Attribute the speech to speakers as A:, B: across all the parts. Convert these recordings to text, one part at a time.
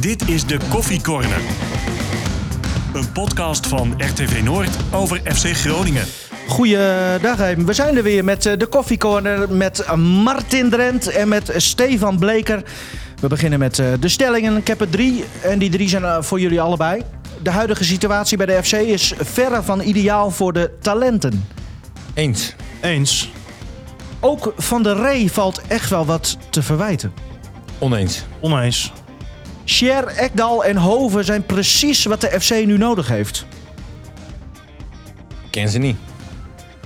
A: Dit is de Koffie Corner. Een podcast van RTV Noord over FC Groningen.
B: Goeiedag even. We zijn er weer met eh, de koffiecorner met eh, Martin Drent en met Stefan Bleker. We beginnen met eh, de stellingen. Ik heb er drie en die drie zijn eh, voor jullie allebei. De huidige situatie bij de FC is verre van ideaal voor de talenten.
C: Eens.
A: Eens.
B: Ook van de Rey valt echt wel wat te verwijten.
C: Oneens.
A: Oneens.
B: Sher, Ekdal en Hoven zijn precies wat de FC nu nodig heeft.
C: Ken ze niet.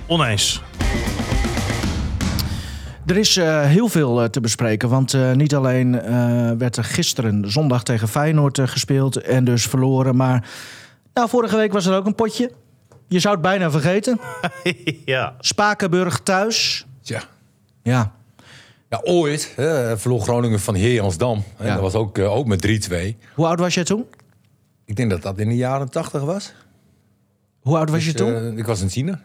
A: Oneens.
B: Er is eh, heel veel eh, te bespreken. Want eh, niet alleen eh, werd er gisteren zondag tegen Feyenoord eh, gespeeld en dus verloren. Maar nou, vorige week was er ook een potje. Je zou het bijna vergeten.
A: ja.
B: Spakenburg thuis.
C: Ja.
B: Ja,
C: Ja, ooit hè, verloor Groningen van Heerjansdam. En
B: Ja.
C: dat was ook, eh, ook met 3-2.
B: hoe oud was jij toen?
C: Ik denk dat dat in de jaren 80 was.
B: Hoe oud was je
C: Dus,
B: toen?
C: eh, ik was een tiener.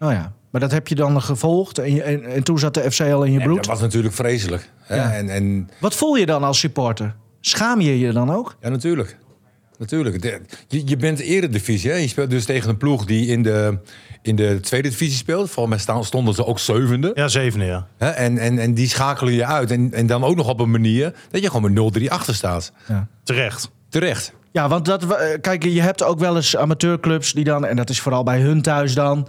B: oh ja, maar dat heb je dan gevolgd. En, je- en, en toen zat de FC al in je
C: En
B: bloed.
C: dat was natuurlijk vreselijk. Hè?
B: Ja.
C: En, en
B: Wat voel je dan als supporter? Schaam je je dan ook?
C: ja, natuurlijk. Natuurlijk. De- je, je bent eredivisie. Hè? Je speelt dus tegen een ploeg die in de, in de tweede divisie speelt. Volgens mij staan- stonden ze ook zevende.
D: Ja, zevende, ja.
C: Hè? En, en, en die schakelen je uit. En, en dan ook nog op een manier dat je gewoon met 0-3 achter staat.
B: Ja.
D: Terecht.
C: Terecht.
B: Ja, want dat, we- eh, kijk, je hebt ook wel eens amateurclubs die dan, en dat is vooral bij hun thuis dan,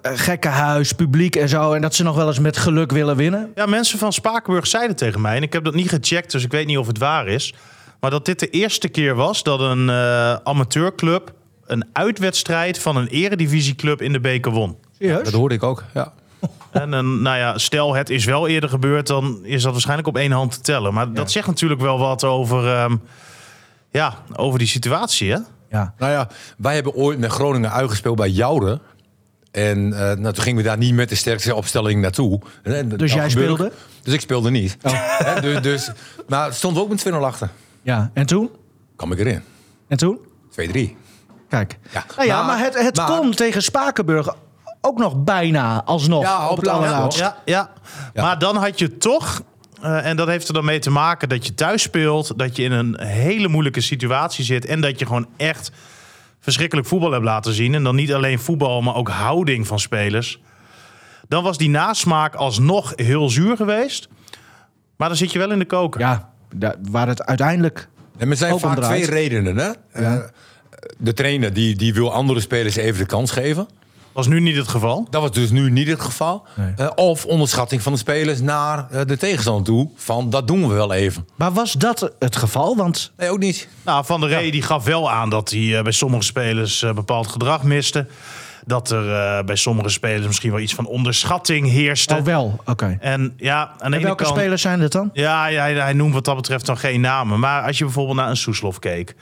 B: eh, gekkenhuis, publiek en zo, en dat ze nog wel eens met geluk willen winnen.
D: Ja, mensen van Spakenburg zeiden tegen mij, en ik heb dat niet gecheckt, dus ik weet niet of het waar is, maar dat dit de eerste keer was dat een eh, amateurclub een uitwedstrijd van een eredivisieclub in de beker won.
B: Serieus?
C: Dat hoorde ik ook. Ja.
D: En een, nou ja, stel het is wel eerder gebeurd, dan is dat waarschijnlijk op één hand te tellen. Maar dat zegt natuurlijk wel wat over, ehm, ja, over die situatie, hè?
B: Ja.
C: Nou ja, wij hebben ooit met Groningen uitgespeeld bij Jouren. En eh, nou, toen gingen we daar niet met de sterkste opstelling naartoe. En, en,
B: Dus
C: nou,
B: jij
C: gebeurde-
B: speelde? Oh.
C: Dus ik speelde niet. Hè, dus, dus, maar het stond ook met 2-0 achter.
B: ja. En toen?
C: Kom ik erin.
B: En toen?
C: 2-3.
B: Kijk.
C: Ja.
B: Nou ja, maar,
C: Maar-
B: het, het
C: maar-
B: kon tegen Spakenburg ook nog bijna alsnog
C: Ja,
B: op
C: op
B: het
C: laatst
B: allerlaatst.
C: nog.
D: Ja, ja.
C: Ja.
D: maar dan had je toch, eh, en dat heeft er dan mee te maken dat je thuis speelt, dat je in een hele moeilijke situatie zit en dat je gewoon echt verschrikkelijk voetbal hebt laten zien. En dan niet alleen voetbal, maar ook houding van spelers. Dan was die nasmaak alsnog heel zuur geweest. Maar dan zit je wel in de koker.
B: Ja, da- waar het uiteindelijk...
C: En er zijn
B: Ook
C: vaak
B: omdraaid.
C: twee redenen. Hè? Eh, de trainer die, die wil andere spelers even de kans geven.
D: Was nu niet het geval.
C: Dat was dus nu niet het geval.
B: Nee.
C: Eh, of onderschatting van de spelers naar eh, de tegenstander toe. Van dat doen we wel even.
B: Maar was dat het geval? Want
C: Nee, ook niet.
D: Nou, Van der Rey die gaf wel aan dat hij eh, bij sommige spelers eh, bepaald gedrag miste. Dat er eh, bij sommige spelers misschien wel iets van onderschatting heerste.
B: oh wel, oké.
D: En ja, aan de
B: En
D: Eh. ene
B: welke
D: kant...
B: spelers zijn het dan?
D: Ja, ja, hij, hij noemt wat dat betreft dan geen namen. Maar als je bijvoorbeeld naar een Soeslof keek,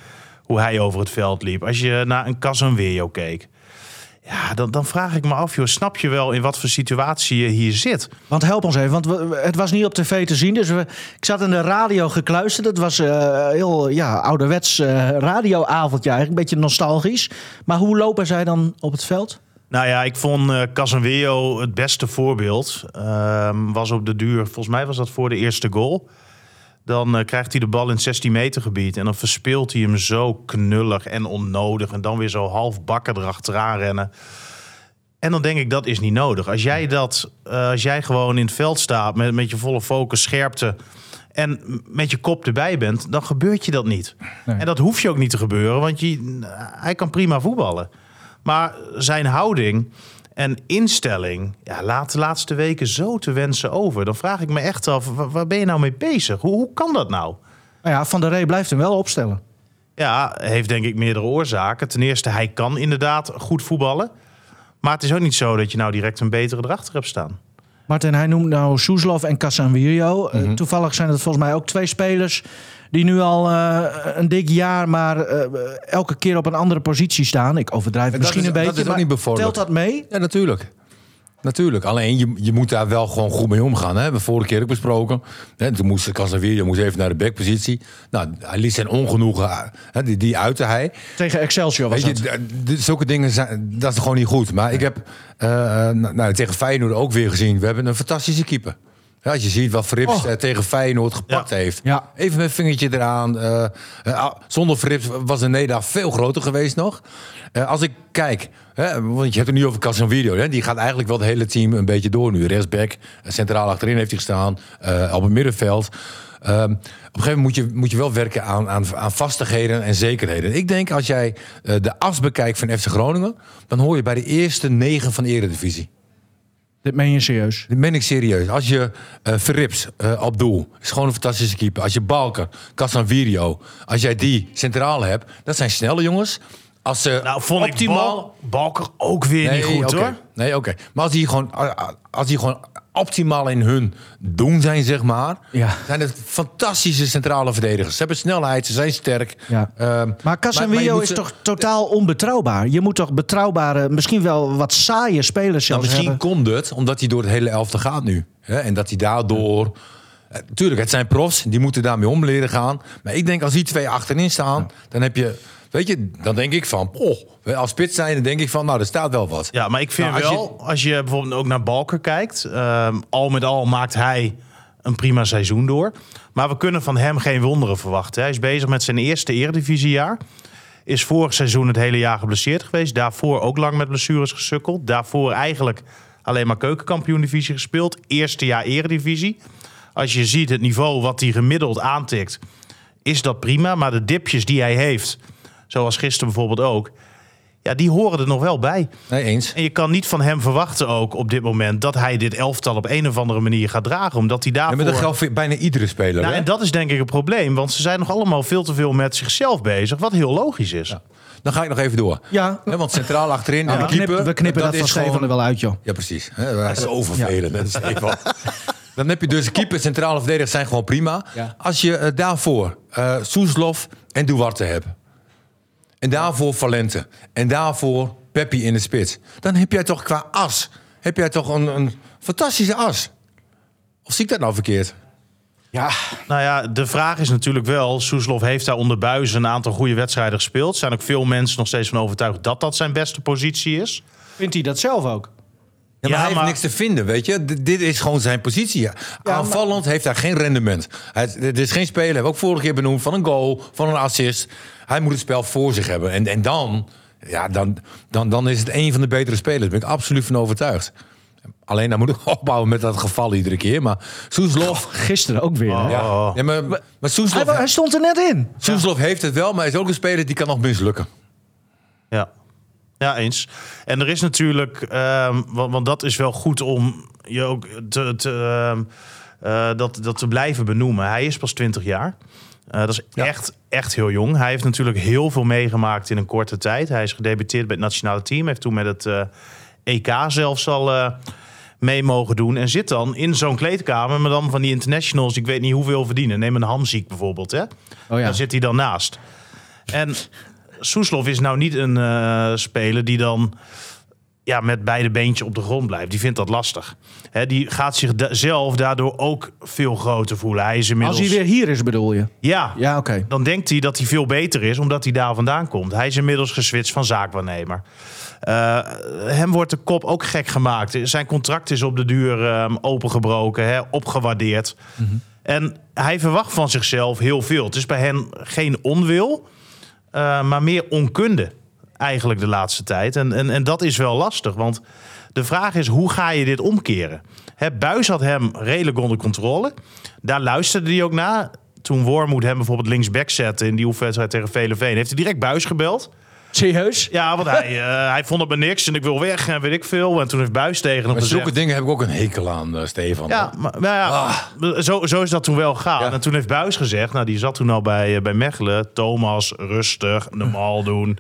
D: hoe hij over het veld liep. Als je naar een Casanwejo keek. Ja, dan, dan vraag ik me af, joh, snap je wel in wat voor situatie je hier zit?
B: Want help ons even, want we- we- het was niet op tv te zien. Dus we, ik zat in de radio gekluisterd. Het was eh heel ja, ouderwets eh, radioavondje eigenlijk. Een beetje nostalgisch. Maar hoe lopen zij dan op het veld?
D: Nou ja, ik vond eh Casemiro het beste voorbeeld. Ehm, was op de duur, volgens mij was dat voor de eerste goal. Dan eh, krijgt hij de bal in het 16 meter gebied. En dan verspeelt hij hem zo knullig en onnodig. En dan weer zo half bakken erachteraan rennen. En dan denk ik, dat is niet nodig. Als jij, dat, eh, als jij gewoon in het veld staat met, met je volle focus, scherpte... en m- met je kop erbij bent, dan gebeurt je dat niet. En dat hoef je ook niet te gebeuren, want je, eh, hij kan prima voetballen. Maar zijn houding en instelling ja, laat de laatste weken zo te wensen over. Dan vraag ik me echt af, wa- waar, ben je nou mee bezig? Hoe, hoe kan dat nou?
B: Nou ja, Van der Rey blijft hem wel opstellen.
D: Ja, heeft denk ik meerdere oorzaken. Ten eerste, hij kan inderdaad goed voetballen. Maar het is ook niet zo dat je nou direct een betere erachter hebt staan.
B: Martin, hij noemt nou Soeslof en Casanvirio.
C: Mhm.
B: Eh, toevallig zijn het volgens mij ook twee spelers... die nu al eh, een dik jaar, maar eh, elke keer op een andere positie staan. Ik overdrijf
C: dat
B: misschien
C: is-
B: een beetje,
C: dat is ook
B: maar
C: niet bevorderlijk.
B: telt dat mee?
C: Ja, natuurlijk. Natuurlijk. Alleen je, je moet daar wel gewoon goed mee omgaan. Hè? We hebben vorige keer ook besproken. Hè? Toen moest Casemiro moest even naar de backpositie. Nou, hij liet zijn ongenoegen. Hè? Die, die uitte hij.
B: Tegen Excelsior was
C: Weet je,
B: dat.
C: d- d- zulke dingen zijn. Dat is gewoon niet goed. Maar ik heb eh, eh, nou, nou, tegen Feyenoord ook weer gezien. We hebben een fantastische keeper. Hè, Ja, als je ziet wat Frips eh, tegen Feyenoord gepakt
D: Ja.
C: heeft.
B: Ja.
C: Even met vingertje eraan. eh, eh, ah, zonder Frips was de nederlaag veel groter geweest nog. Eh, als ik kijk, hè, want je hebt het nu over Casemiro. Hè, die gaat eigenlijk wel het hele team een beetje door nu. Rechtsback, eh, centraal achterin heeft hij gestaan. eh, op het middenveld. Ehm, op een gegeven moment moet je, moet je wel werken aan, aan, aan vastigheden en zekerheden. Ik denk als jij eh, de as bekijkt van FC Groningen... dan hoor je bij de eerste negen van de Eredivisie.
B: Dit meen je serieus.
C: Dat meen ik serieus. Als je eh Verrips eh, op doel, is gewoon een fantastische keeper. Als je Balker, Casanvirio, als jij die centraal hebt, dat zijn snelle jongens. Als ze
D: Nou, vond ik Bal- Balker ook weer niet goed,
C: oké.
D: hoor.
C: Nee, oké. Maar als die, gewoon, als die gewoon optimaal in hun doen zijn, zeg maar...
B: Ja.
C: zijn het fantastische centrale verdedigers. Ze hebben snelheid, ze zijn sterk.
B: Ja.
C: Ehm,
B: Maar
C: maar je
B: Casemiro
C: moet
B: is
C: ze-
B: toch totaal onbetrouwbaar? Je moet toch betrouwbare, misschien wel wat saaie spelers
C: Nou,
B: zelfs
C: misschien
B: hebben?
C: komt het omdat hij door het hele elfte gaat nu. Hè? En dat hij daardoor... Eh, Tuurlijk, het zijn profs, die moeten daarmee om leren gaan. Maar ik denk als die twee achterin staan, dan heb je... Weet je, dan denk ik van, oh, als spits zijn, dan denk ik van, nou, er staat wel wat.
D: Ja, maar ik vind
C: Nou, als
D: wel, als je bijvoorbeeld ook naar Balker kijkt, ehm, al met al maakt hij een prima seizoen door. Maar we kunnen van hem geen wonderen verwachten. Hij is bezig met zijn eerste eredivisiejaar. Is vorig seizoen het hele jaar geblesseerd geweest. Daarvoor ook lang met blessures gesukkeld. Daarvoor eigenlijk alleen maar keukenkampioen-divisie gespeeld. Eerste jaar eredivisie. Als je ziet het niveau wat hij gemiddeld aantikt, is dat prima. Maar de dipjes die hij heeft, zoals gisteren bijvoorbeeld ook... Ja, die horen er nog wel bij.
C: Nee, eens.
D: En je kan niet van hem verwachten ook op dit moment dat hij dit elftal op een of andere manier gaat dragen. Omdat hij
C: Ja,
D: daarvoor...
C: maar dat geldt voor bijna iedere speler.
D: nou,
C: hè?
D: en dat is denk ik een probleem, want ze zijn nog allemaal veel te veel met zichzelf bezig, wat heel logisch is.
C: Dan ga ik nog even door.
B: Ja. Nou,
C: Hè, want centraal achterin en
B: we,
C: de
B: knippen,
C: keeper...
B: we knippen dat, van
C: is
B: Stefan
C: gewoon-
B: er wel uit, joh.
C: Ja, precies. Hè, Dat is zo vervelend. hè, Stefan. Dan heb je dus keeper, centrale verdedigers zijn gewoon prima.
B: Ja.
C: Als je eh, daarvoor eh Soeslof en Duarte hebt. En daarvoor Valente. En daarvoor Peppi in de spits. Dan heb jij toch qua as... heb jij toch een, een fantastische as. Of zie ik dat nou verkeerd?
B: Ja,
D: Nou ja, de vraag is natuurlijk wel, Soeslof heeft daar onder buizen een aantal goede wedstrijden gespeeld. Er zijn ook veel mensen nog steeds van overtuigd dat dat zijn beste positie is.
B: vindt hij dat zelf ook?
C: Ja, maar
D: Ja,
C: hij heeft
D: maar-
C: niks te vinden, weet je. D- dit is gewoon zijn positie. Aanvallend heeft hij geen rendement. Hij, dit is geen speler, hebben we ook vorige keer benoemd, van een goal, van een assist. Hij moet het spel voor zich hebben. En, en dan, ja, dan, dan, dan is het een van de betere spelers. Daar ben ik absoluut van overtuigd. Alleen dan moet ik opbouwen met dat geval iedere keer. Maar Soeslof...
B: Gisteren ook weer. hè?
C: Ja,
D: Oh.
C: ja, maar, maar
B: Hij,
C: Soeslof,
B: wa- hij stond er net in.
C: Soeslof heeft het wel, maar hij is ook een speler die kan nog mislukken.
D: Ja, ja eens. En er is natuurlijk, ehm, want, want dat is wel goed om je ook te, te, ehm, eh, dat, dat te blijven benoemen. Hij is pas 20 jaar. Eh, dat is echt, echt heel jong. Hij heeft natuurlijk heel veel meegemaakt in een korte tijd. Hij is gedebuteerd bij het nationale team. Heeft toen met het eh, EK zelfs al eh, mee mogen doen. En zit dan in zo'n kleedkamer met dan van die internationals. die Ik weet niet hoeveel verdienen. Neem een Hamziek bijvoorbeeld. Hè?
B: Oh ja.
D: Daar zit hij dan naast. En Soeslof is nou niet een eh, speler die dan ja, met beide beentjes op de grond blijft. Die vindt dat lastig. Hè, die gaat zich da- zelf daardoor ook veel groter voelen. Hij is
B: Als
D: inmiddels...
B: hij weer hier is, bedoel je?
D: Ja,
B: Ja, oké.
D: dan denkt hij dat hij veel beter is, omdat hij daar vandaan komt. Hij is inmiddels geswitst van zaakwaarnemer. Eh, hem wordt de kop ook gek gemaakt. Zijn contract is op de duur ehm, opengebroken, hè, opgewaardeerd.
B: Mhm.
D: En hij verwacht van zichzelf heel veel. Het is bij hen geen onwil, eh, maar meer onkunde eigenlijk de laatste tijd. En, en, en dat is wel lastig, want de vraag is hoe ga je dit omkeren? Hè, Buis had hem redelijk onder controle. Daar luisterde hij ook naar. Toen Wormoed hem bijvoorbeeld linksback zette in die oefenwedstrijd tegen Veleveen... heeft hij direct Buis gebeld.
B: Serieus?
D: Ja, want hij, eh, hij vond het maar niks en ik wil weg en weet ik veel. En toen heeft Buis tegen hem
C: Maar
D: gezegd...
C: zulke dingen heb ik ook een hekel aan, eh, Stefan.
D: Ja, maar, maar ja, zo, zo is dat toen wel gegaan.
C: Ja.
D: En toen heeft Buis gezegd, nou die zat toen al bij, eh, bij Mechelen. Thomas, rustig, normaal doen.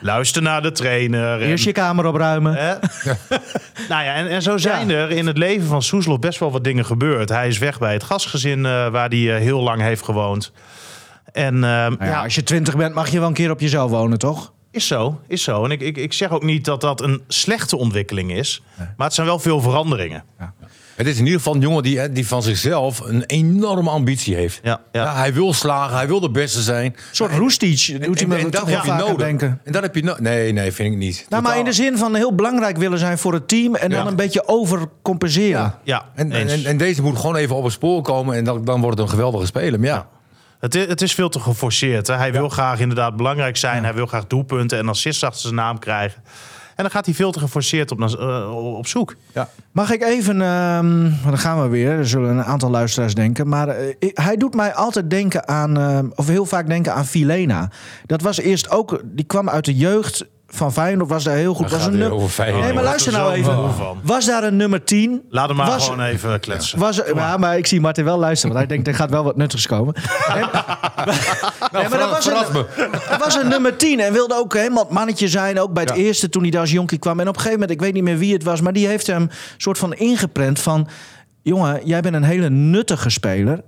D: Luister naar de trainer. en-
B: Eerst je kamer opruimen.
D: Hè? nou ja, en, en zo zijn er in het leven van Soeslof best wel wat dingen gebeurd. Hij is weg bij het gastgezin eh, waar hij eh, heel lang heeft gewoond. En ehm,
B: Nou ja,
D: ja,
B: als je twintig bent, mag je wel een keer op jezelf wonen, toch?
D: is zo, is zo. En ik, ik, ik zeg ook niet dat dat een slechte ontwikkeling is. Maar het zijn wel veel veranderingen.
C: Het is in ieder geval een jongen die, hè, die van zichzelf een enorme ambitie heeft.
D: Ja, ja.
C: hij wil slagen, hij wil de beste zijn.
B: Een soort roestic doet hij me
C: dat
B: toch wel vaak aan denken.
C: En dat heb je nodig. Nee, nee, vind ik niet.
B: Nou, maar
C: Totaal.
B: in de zin van heel belangrijk willen zijn voor het team en
C: Ja.
B: dan een beetje overcompenseren.
D: Ja,
C: En, en,
D: eens.
C: en, en deze moet gewoon even op het spoor komen en dan, dan wordt het een geweldige speler. Maar ja,
D: Het, i- het is veel te geforceerd. Hè? Hij wil graag inderdaad belangrijk zijn. Hij wil graag doelpunten en assists achter zijn naam krijgen. En dan gaat hij veel te geforceerd op, nas- eh, op zoek.
C: ja.
B: Mag ik even, ehm, want dan gaan we weer, er zullen een aantal luisteraars denken. Maar eh, ik- hij doet mij altijd denken aan, ehm, of heel vaak denken aan Filena. Dat was eerst ook, die kwam uit de jeugd van Feyenoord, was daar heel goed.
C: Dan
B: Was
C: gaat
B: een
C: hij
B: num-
C: over Feyenoord.
B: Nee, maar
D: Ik
B: luister
D: word
B: nou
D: er zo
B: even.
D: moe van.
B: Was daar een nummer 10?
D: Laat hem maar
B: Was-
D: gewoon eh, even kletsen.
B: Was, ja, maar ik zie Martin wel luisteren, want hij denkt er gaat wel wat nuttigs komen. En- Nee, maar dat was
C: verras
B: een,
C: me.
B: dat was een nummer 10 en wilde ook helemaal het mannetje zijn. Ook bij het
C: Ja.
B: eerste toen hij daar als jonkie kwam. En op een gegeven moment, ik weet niet meer wie het was, maar die heeft hem soort van ingeprent van... Jongen, jij bent een hele nuttige speler.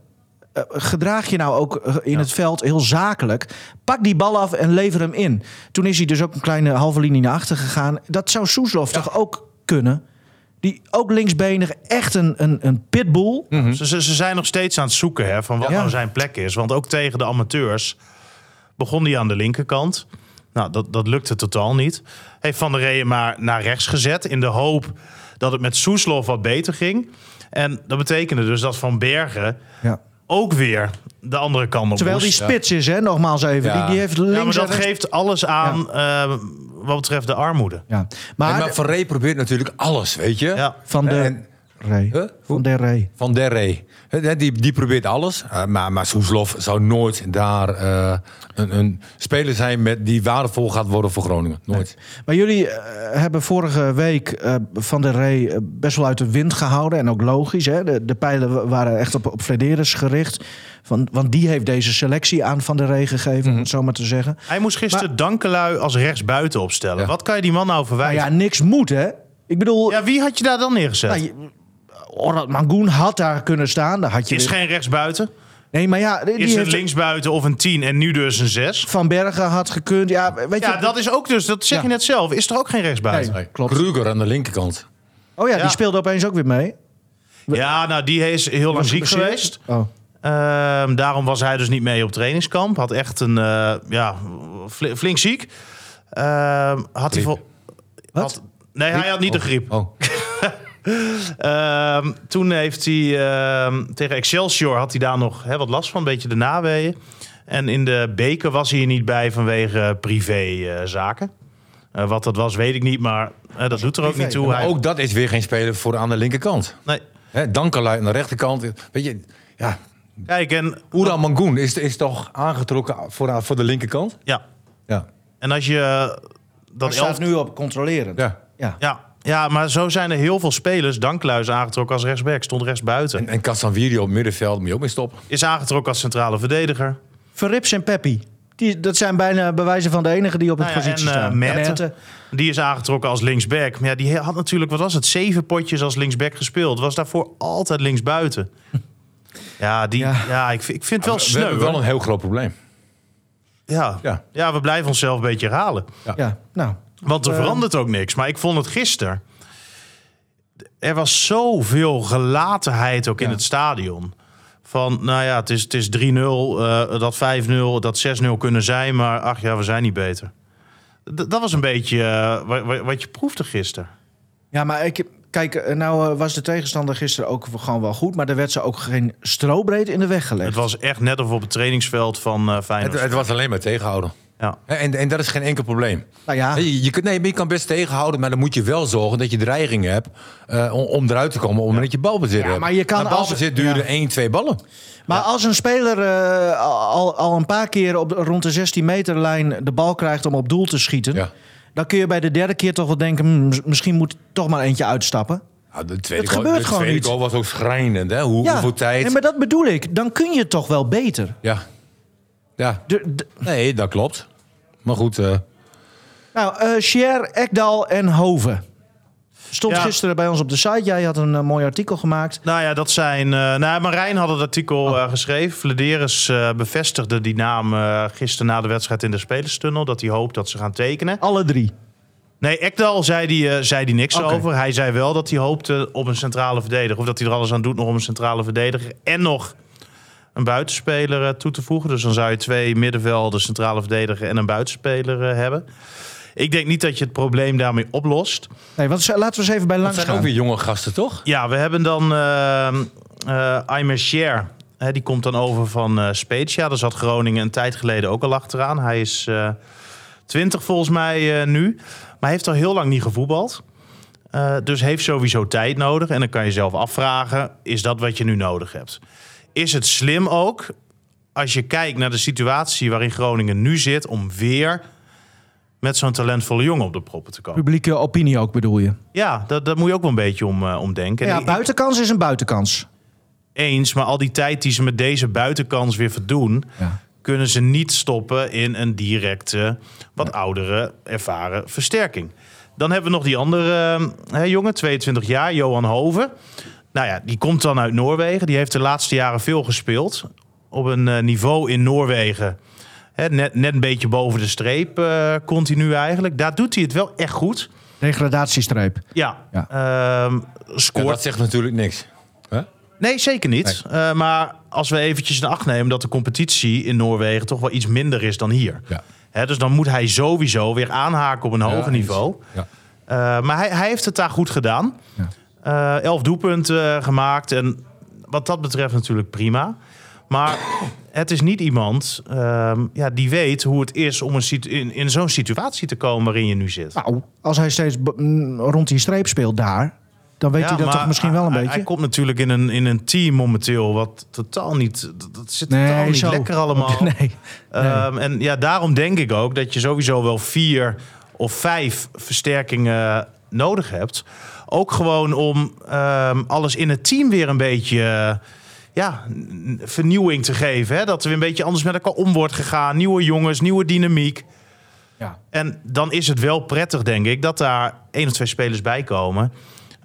B: Eh, gedraag je nou ook eh, in het veld heel zakelijk. Pak die bal af en lever hem in. Toen is hij dus ook een kleine halve linie naar achter gegaan. Dat zou Soeslof toch ook kunnen? Die ook linksbenig, echt een, een, een pitbull.
D: Ze, ze, ze zijn nog steeds aan het zoeken hè, van wat
B: Mhm. Ja.
D: nou zijn plek is. Want ook tegen de amateurs begon hij aan de linkerkant. Nou, dat, dat lukte totaal niet. Heeft Van der Reeën maar naar rechts gezet... in de hoop dat het met Soeslof wat beter ging. En dat betekende dus dat Van Bergen
B: Ja.
D: ook weer de andere kant op
B: Terwijl
D: moest.
B: die spits is, hè, nogmaals even.
C: Ja.
B: Die, die heeft
D: Ja, maar
B: links en
D: dat
B: rechts-
D: geeft alles aan eh, wat betreft de armoede.
B: Ja.
C: Nee,
B: Maar,
C: maar Van Rey probeert natuurlijk alles, weet je.
D: Ja.
B: van de
C: En-
B: Rey.
C: Huh?
B: Van der Rey.
C: Van der Rey. Hè, Die, die probeert alles. Eh, Maar, maar Soeslof zou nooit daar eh, een, een speler zijn met, die waardevol gaat worden voor Groningen. Nooit.
B: Maar jullie eh, hebben vorige week eh, Van der Rey eh, best wel uit de wind gehouden. En ook logisch. Hè? De, de pijlen wa- waren echt op, op Flederis gericht. Van, want die heeft deze selectie aan Van der Rey gegeven,
D: Mhm.
B: om het zo maar te zeggen.
D: Hij moest gisteren Dankelui als rechtsbuiten opstellen.
C: Ja.
D: Wat kan je die man nou
B: Maar
D: verwijten?
B: ja, niks moet, hè? Ik bedoel,
D: ja. wie had je daar dan neergezet?
B: nou, je- Orad Mangoen had daar kunnen staan. Daar had je
D: is
B: weer-
D: geen rechtsbuiten,
B: Nee, maar ja, die
D: is een
B: heeft
D: linksbuiten of een 10 en nu dus een 6.
B: Van Bergen had gekund. Ja, weet
D: Ja,
B: je...
D: dat is ook dus, dat zeg
B: Ja.
D: je net zelf, is er ook geen rechtsbuiten?
B: Nee. Klopt.
C: Kruger aan de linkerkant.
B: Oh ja,
D: Ja.
B: die speelde opeens ook weer mee.
D: Ja, nou die is heel lang ziek
B: geblesseerd?
D: geweest.
B: Oh.
D: Ehm, daarom was hij dus niet mee op trainingskamp. Had echt een, eh, ja, fli- flink ziek. Ehm, had hij
C: Griep.
D: vol...
B: Wat?
D: had- Nee, hij had niet de griep.
C: Oh,
D: Ehm, toen heeft hij ehm, tegen Excelsior had hij daar nog hè, wat last van, een beetje de naweeën. En in de beker was hij er niet bij vanwege privézaken. Eh, wat dat was, weet ik niet, maar eh, dat doet er ook
B: privé?
D: niet toe.
C: maar
D: Hij,
C: ook dat is weer geen speler voor aan de linkerkant.
D: nee.
C: Hè, Dankerlui aan de rechterkant. Weet je, ja,
D: Kijk, en,
C: Oeran Mangoen is, is toch aangetrokken voor, voor de linkerkant?
D: ja.
C: Ja.
D: en als je eh,
B: Dat
D: dat
B: staat
D: elf...
B: nu op controleren.
C: ja.
B: ja.
D: Ja, ja, maar zo zijn er heel veel spelers. Dankluis aangetrokken als rechtsback, stond rechtsbuiten.
C: En, en Casanvirio op middenveld moet je ook mee stoppen.
D: Is aangetrokken als centrale verdediger.
B: Verrips en Peppi. Die, dat zijn bijna bewijzen van de enige die op het
D: Nou ja,
B: positie
D: en, eh,
B: staan.
D: Merten.
B: Merten.
D: Die is aangetrokken als linksback. Maar ja, die had natuurlijk, wat was het, zeven potjes als linksback gespeeld. Was daarvoor altijd linksbuiten. Ja, die,
B: Ja.
D: ja. ik, vind- ik vind het wel
C: We, we
D: sneu.
C: hebben wel
D: hoor.
C: een heel groot probleem.
D: Ja.
C: Ja.
D: Ja. we blijven onszelf een beetje herhalen.
B: Ja, nou.
D: Want
C: Eh.
D: er verandert ook niks. Maar ik vond het gisteren... Er was zoveel gelatenheid ook in het stadion. Van, nou ja, het is, het is 3-0, eh, dat 5-0, dat 6-0 kunnen zijn. Maar ach ja, we zijn niet beter. D- dat was een beetje eh, wa- wa- wat je proefde gisteren.
B: Ja, maar ik, kijk, eh, nou eh, was de tegenstander gisteren ook gewoon wel goed. Maar er werd ze ook geen strobreed in de weg
D: Het
B: gelegd.
D: was echt net of op het trainingsveld van eh Feyenoord.
C: Het, het was alleen maar tegenhouden.
D: ja.
C: Hè, En, en dat is geen enkel probleem.
B: Nou ja,
C: Hè, Je, je, kunt- nee, maar je kan best tegenhouden, maar dan moet je wel zorgen dat je dreiging hebt eh, om, om eruit te komen, omdat je balbezit hebt.
B: maar je kan
C: Nou,
B: als-
C: balbezit duurde
B: ja.
C: 1, 2 ballen.
B: maar als een speler eh, al, al een paar keer op, de- rond de 16 meter lijn de bal krijgt om op doel te schieten.
C: Ja.
B: Dan kun je bij de derde keer toch wel denken, hmm, mis- misschien moet toch maar eentje uitstappen.
C: Nou, de tweede,
B: Het
C: goal,
B: gebeurt
C: de
B: gewoon
C: tweede
B: niet.
C: goal was ook schrijnend. Hè? Hoe, Hoeveel tijd.
B: nee, maar dat bedoel ik. Dan kun je toch wel beter.
C: Ja. Ja.
B: De, de-
C: Nee, dat klopt. Maar goed, eh,
B: Nou, eh Sjer, Ekdal en Hoven. Stond
D: Ja.
B: gisteren bij ons op de site. Jij had een eh, mooi artikel gemaakt.
D: Nou ja, dat zijn. eh nou, Marijn had het artikel
C: Oh.
D: eh, geschreven. Flederis eh, bevestigde die naam eh, gisteren na de wedstrijd in de spelerstunnel. Dat hij hoopt dat ze gaan tekenen.
B: Alle drie.
D: Nee, Ekdal zei die, eh, zei die niks
B: Oké.
D: over. Hij zei wel dat hij hoopte op een centrale verdediger. Of dat hij er alles aan doet nog om een centrale verdediger. En nog een buitenspeler eh, toe te voegen. Dus dan zou je twee middenvelden, centrale verdediger en een buitenspeler eh, hebben. Ik denk niet dat je het probleem daarmee oplost.
B: Nee, want eh, laten we eens even bij
C: Dat
B: langs
C: zijn
B: gaan.
C: ook weer jonge gasten, toch?
D: Ja, we hebben dan eh eh Aymer Sher. Hè, die komt dan over van eh Spezia. Daar zat Groningen een tijd geleden ook al achteraan. Hij is eh 20 volgens mij eh, nu. Maar hij heeft al heel lang niet gevoetbald. Eh, dus heeft sowieso tijd nodig. En dan kan je zelf afvragen, is dat wat je nu nodig hebt? Is het slim ook, als je kijkt naar de situatie waarin Groningen nu zit... om weer met zo'n talentvolle jongen op de proppen te komen?
B: Publieke opinie ook bedoel je?
D: Ja, daar, daar moet je ook wel een beetje om, eh, om denken. En
B: Ja,
D: ik-
B: buitenkans is een buitenkans.
D: eens, maar al die tijd die ze met deze buitenkans weer verdoen,
B: Ja.
D: kunnen ze niet stoppen in een directe, wat oudere, ervaren versterking. Dan hebben we nog die andere eh, hè, jongen, 22 jaar, Johan Hoven. Nou ja, die komt dan uit Noorwegen. Die heeft de laatste jaren veel gespeeld. Op een eh, niveau in Noorwegen. Hè, net, net een beetje boven de streep, eh, continu eigenlijk. Daar doet hij het wel echt goed.
B: Degradatiestreep.
D: Ja,
B: Ja.
D: Ehm,
C: Ja,
D: scoort
C: dat zegt natuurlijk niks. Hè?
D: Nee, zeker niet. Eh, maar als we eventjes in acht nemen dat de competitie in Noorwegen toch wel iets minder is dan hier.
C: Ja.
D: Hè, dus dan moet hij sowieso weer aanhaken op een
C: Ja,
D: hoger
C: eens.
D: niveau.
C: Ja.
D: Eh, maar hij, hij heeft het daar goed gedaan.
B: Ja.
D: Eh, elf doelpunten eh, gemaakt. En wat dat betreft natuurlijk prima. Maar het is niet iemand ehm, ja, die weet hoe het is om een situ- in, in zo'n situatie te komen waarin je nu zit.
B: Nou, als hij steeds b- mm, rond die streep speelt daar, dan weet
D: Ja,
B: hij dat
D: maar
B: toch misschien wel een
D: hij-
B: beetje.
D: Hij komt natuurlijk in een, in een team momenteel wat totaal niet... Dat, dat zit
B: Nee,
D: totaal niet
B: zo.
D: lekker allemaal.
B: Nee.
D: Ehm, en ja, daarom denk ik ook dat je sowieso wel vier of vijf versterkingen nodig hebt. Ook gewoon om ehm, alles in het team weer een beetje eh, ja, n- vernieuwing te geven. Hè? Dat er weer een beetje anders met elkaar om wordt gegaan. Nieuwe jongens, nieuwe dynamiek.
B: Ja.
D: En dan is het wel prettig, denk ik, dat daar één of twee spelers bij komen.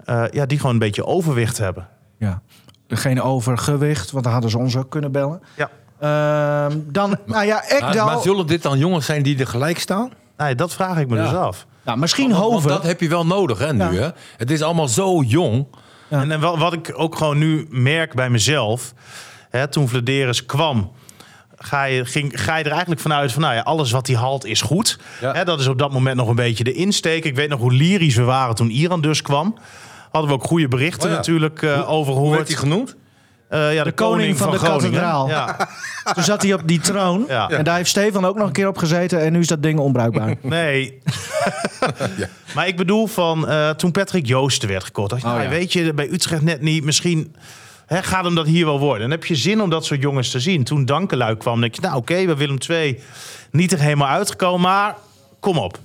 D: eh, ja, die gewoon een beetje overwicht hebben.
B: Ja. Geen overgewicht, want dan hadden ze ons ook kunnen bellen.
D: Ja.
B: Ehm, dan, nou ja,
C: Maar,
B: Ekdal.
C: maar zullen dit dan jongens zijn die er gelijk staan?
D: Nou ja, dat vraag ik me
C: Ja.
D: dus af.
B: nou, misschien
C: Want- want
B: Hoven.
C: dat heb je wel nodig hè, nu.
B: Ja.
C: Hè? Het is allemaal zo jong.
B: Ja.
D: En, en wat, wat ik ook gewoon nu merk bij mezelf, hè, toen Vladeris kwam, ga je, ging, ga je er eigenlijk vanuit van, nou ja, alles wat hij haalt is goed.
C: Ja.
D: Hè, dat is op dat moment nog een beetje de insteek. Ik weet nog hoe lyrisch we waren toen Iran dus kwam. Hadden we ook goede berichten
C: Oh ja.
D: natuurlijk eh over
C: Hoe
D: gehoord.
C: werd hij genoemd?
D: Eh, ja, de,
B: koning van de
D: Groningen.
B: kathedraal.
D: Ja.
B: Toen zat hij op die troon.
D: Ja.
B: En daar heeft Stefan ook nog een keer op gezeten. En nu is dat ding onbruikbaar.
D: Nee. Maar ik bedoel van eh, toen Patrick Joosten werd gekocht. Dacht, je,
B: Oh,
D: nou,
B: ja.
D: Weet je, bij Utrecht net niet. Misschien hè, gaat hem dat hier wel worden. En heb je zin om dat soort jongens te zien. Toen Dankelui kwam, denk je, nou oké, we Willem II niet er helemaal uitgekomen. Maar kom op.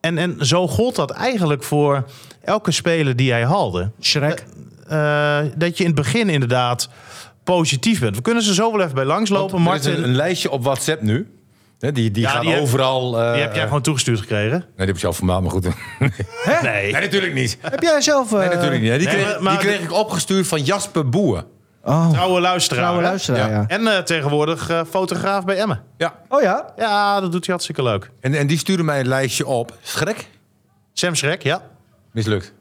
D: En, en zo gold dat eigenlijk voor elke speler die hij haalde.
B: Shrek.
D: Eh, dat je in het begin inderdaad positief bent. We kunnen ze zo wel even bij langslopen,
C: Er is
D: Martin.
C: een, een lijstje op WhatsApp nu. Hè, die die
D: Ja,
C: gaan
D: die heb-
C: overal... eh,
D: Die heb jij
C: eh,
D: gewoon toegestuurd gekregen?
C: Nee, die heb ik zelf vermaakt, maar goed.
D: Nee.
C: Nee, natuurlijk niet.
B: heb jij zelf...
C: Nee,
B: eh,
C: natuurlijk niet. hè. Die
D: nee,
C: kreeg,
D: maar- maar-
C: die kreeg ik opgestuurd van Jasper Boer.
B: Oh,
D: Trouwe luisteraar.
B: trouwe
D: hè?
B: luisteraar, ja.
C: Ja.
D: En eh, tegenwoordig eh, fotograaf bij Emmen.
C: Ja.
B: Oh ja?
D: Ja, dat doet hij hartstikke leuk.
C: En, en die stuurde mij een lijstje op. Schrek?
D: Sam Schrek, ja.
C: Mislukt.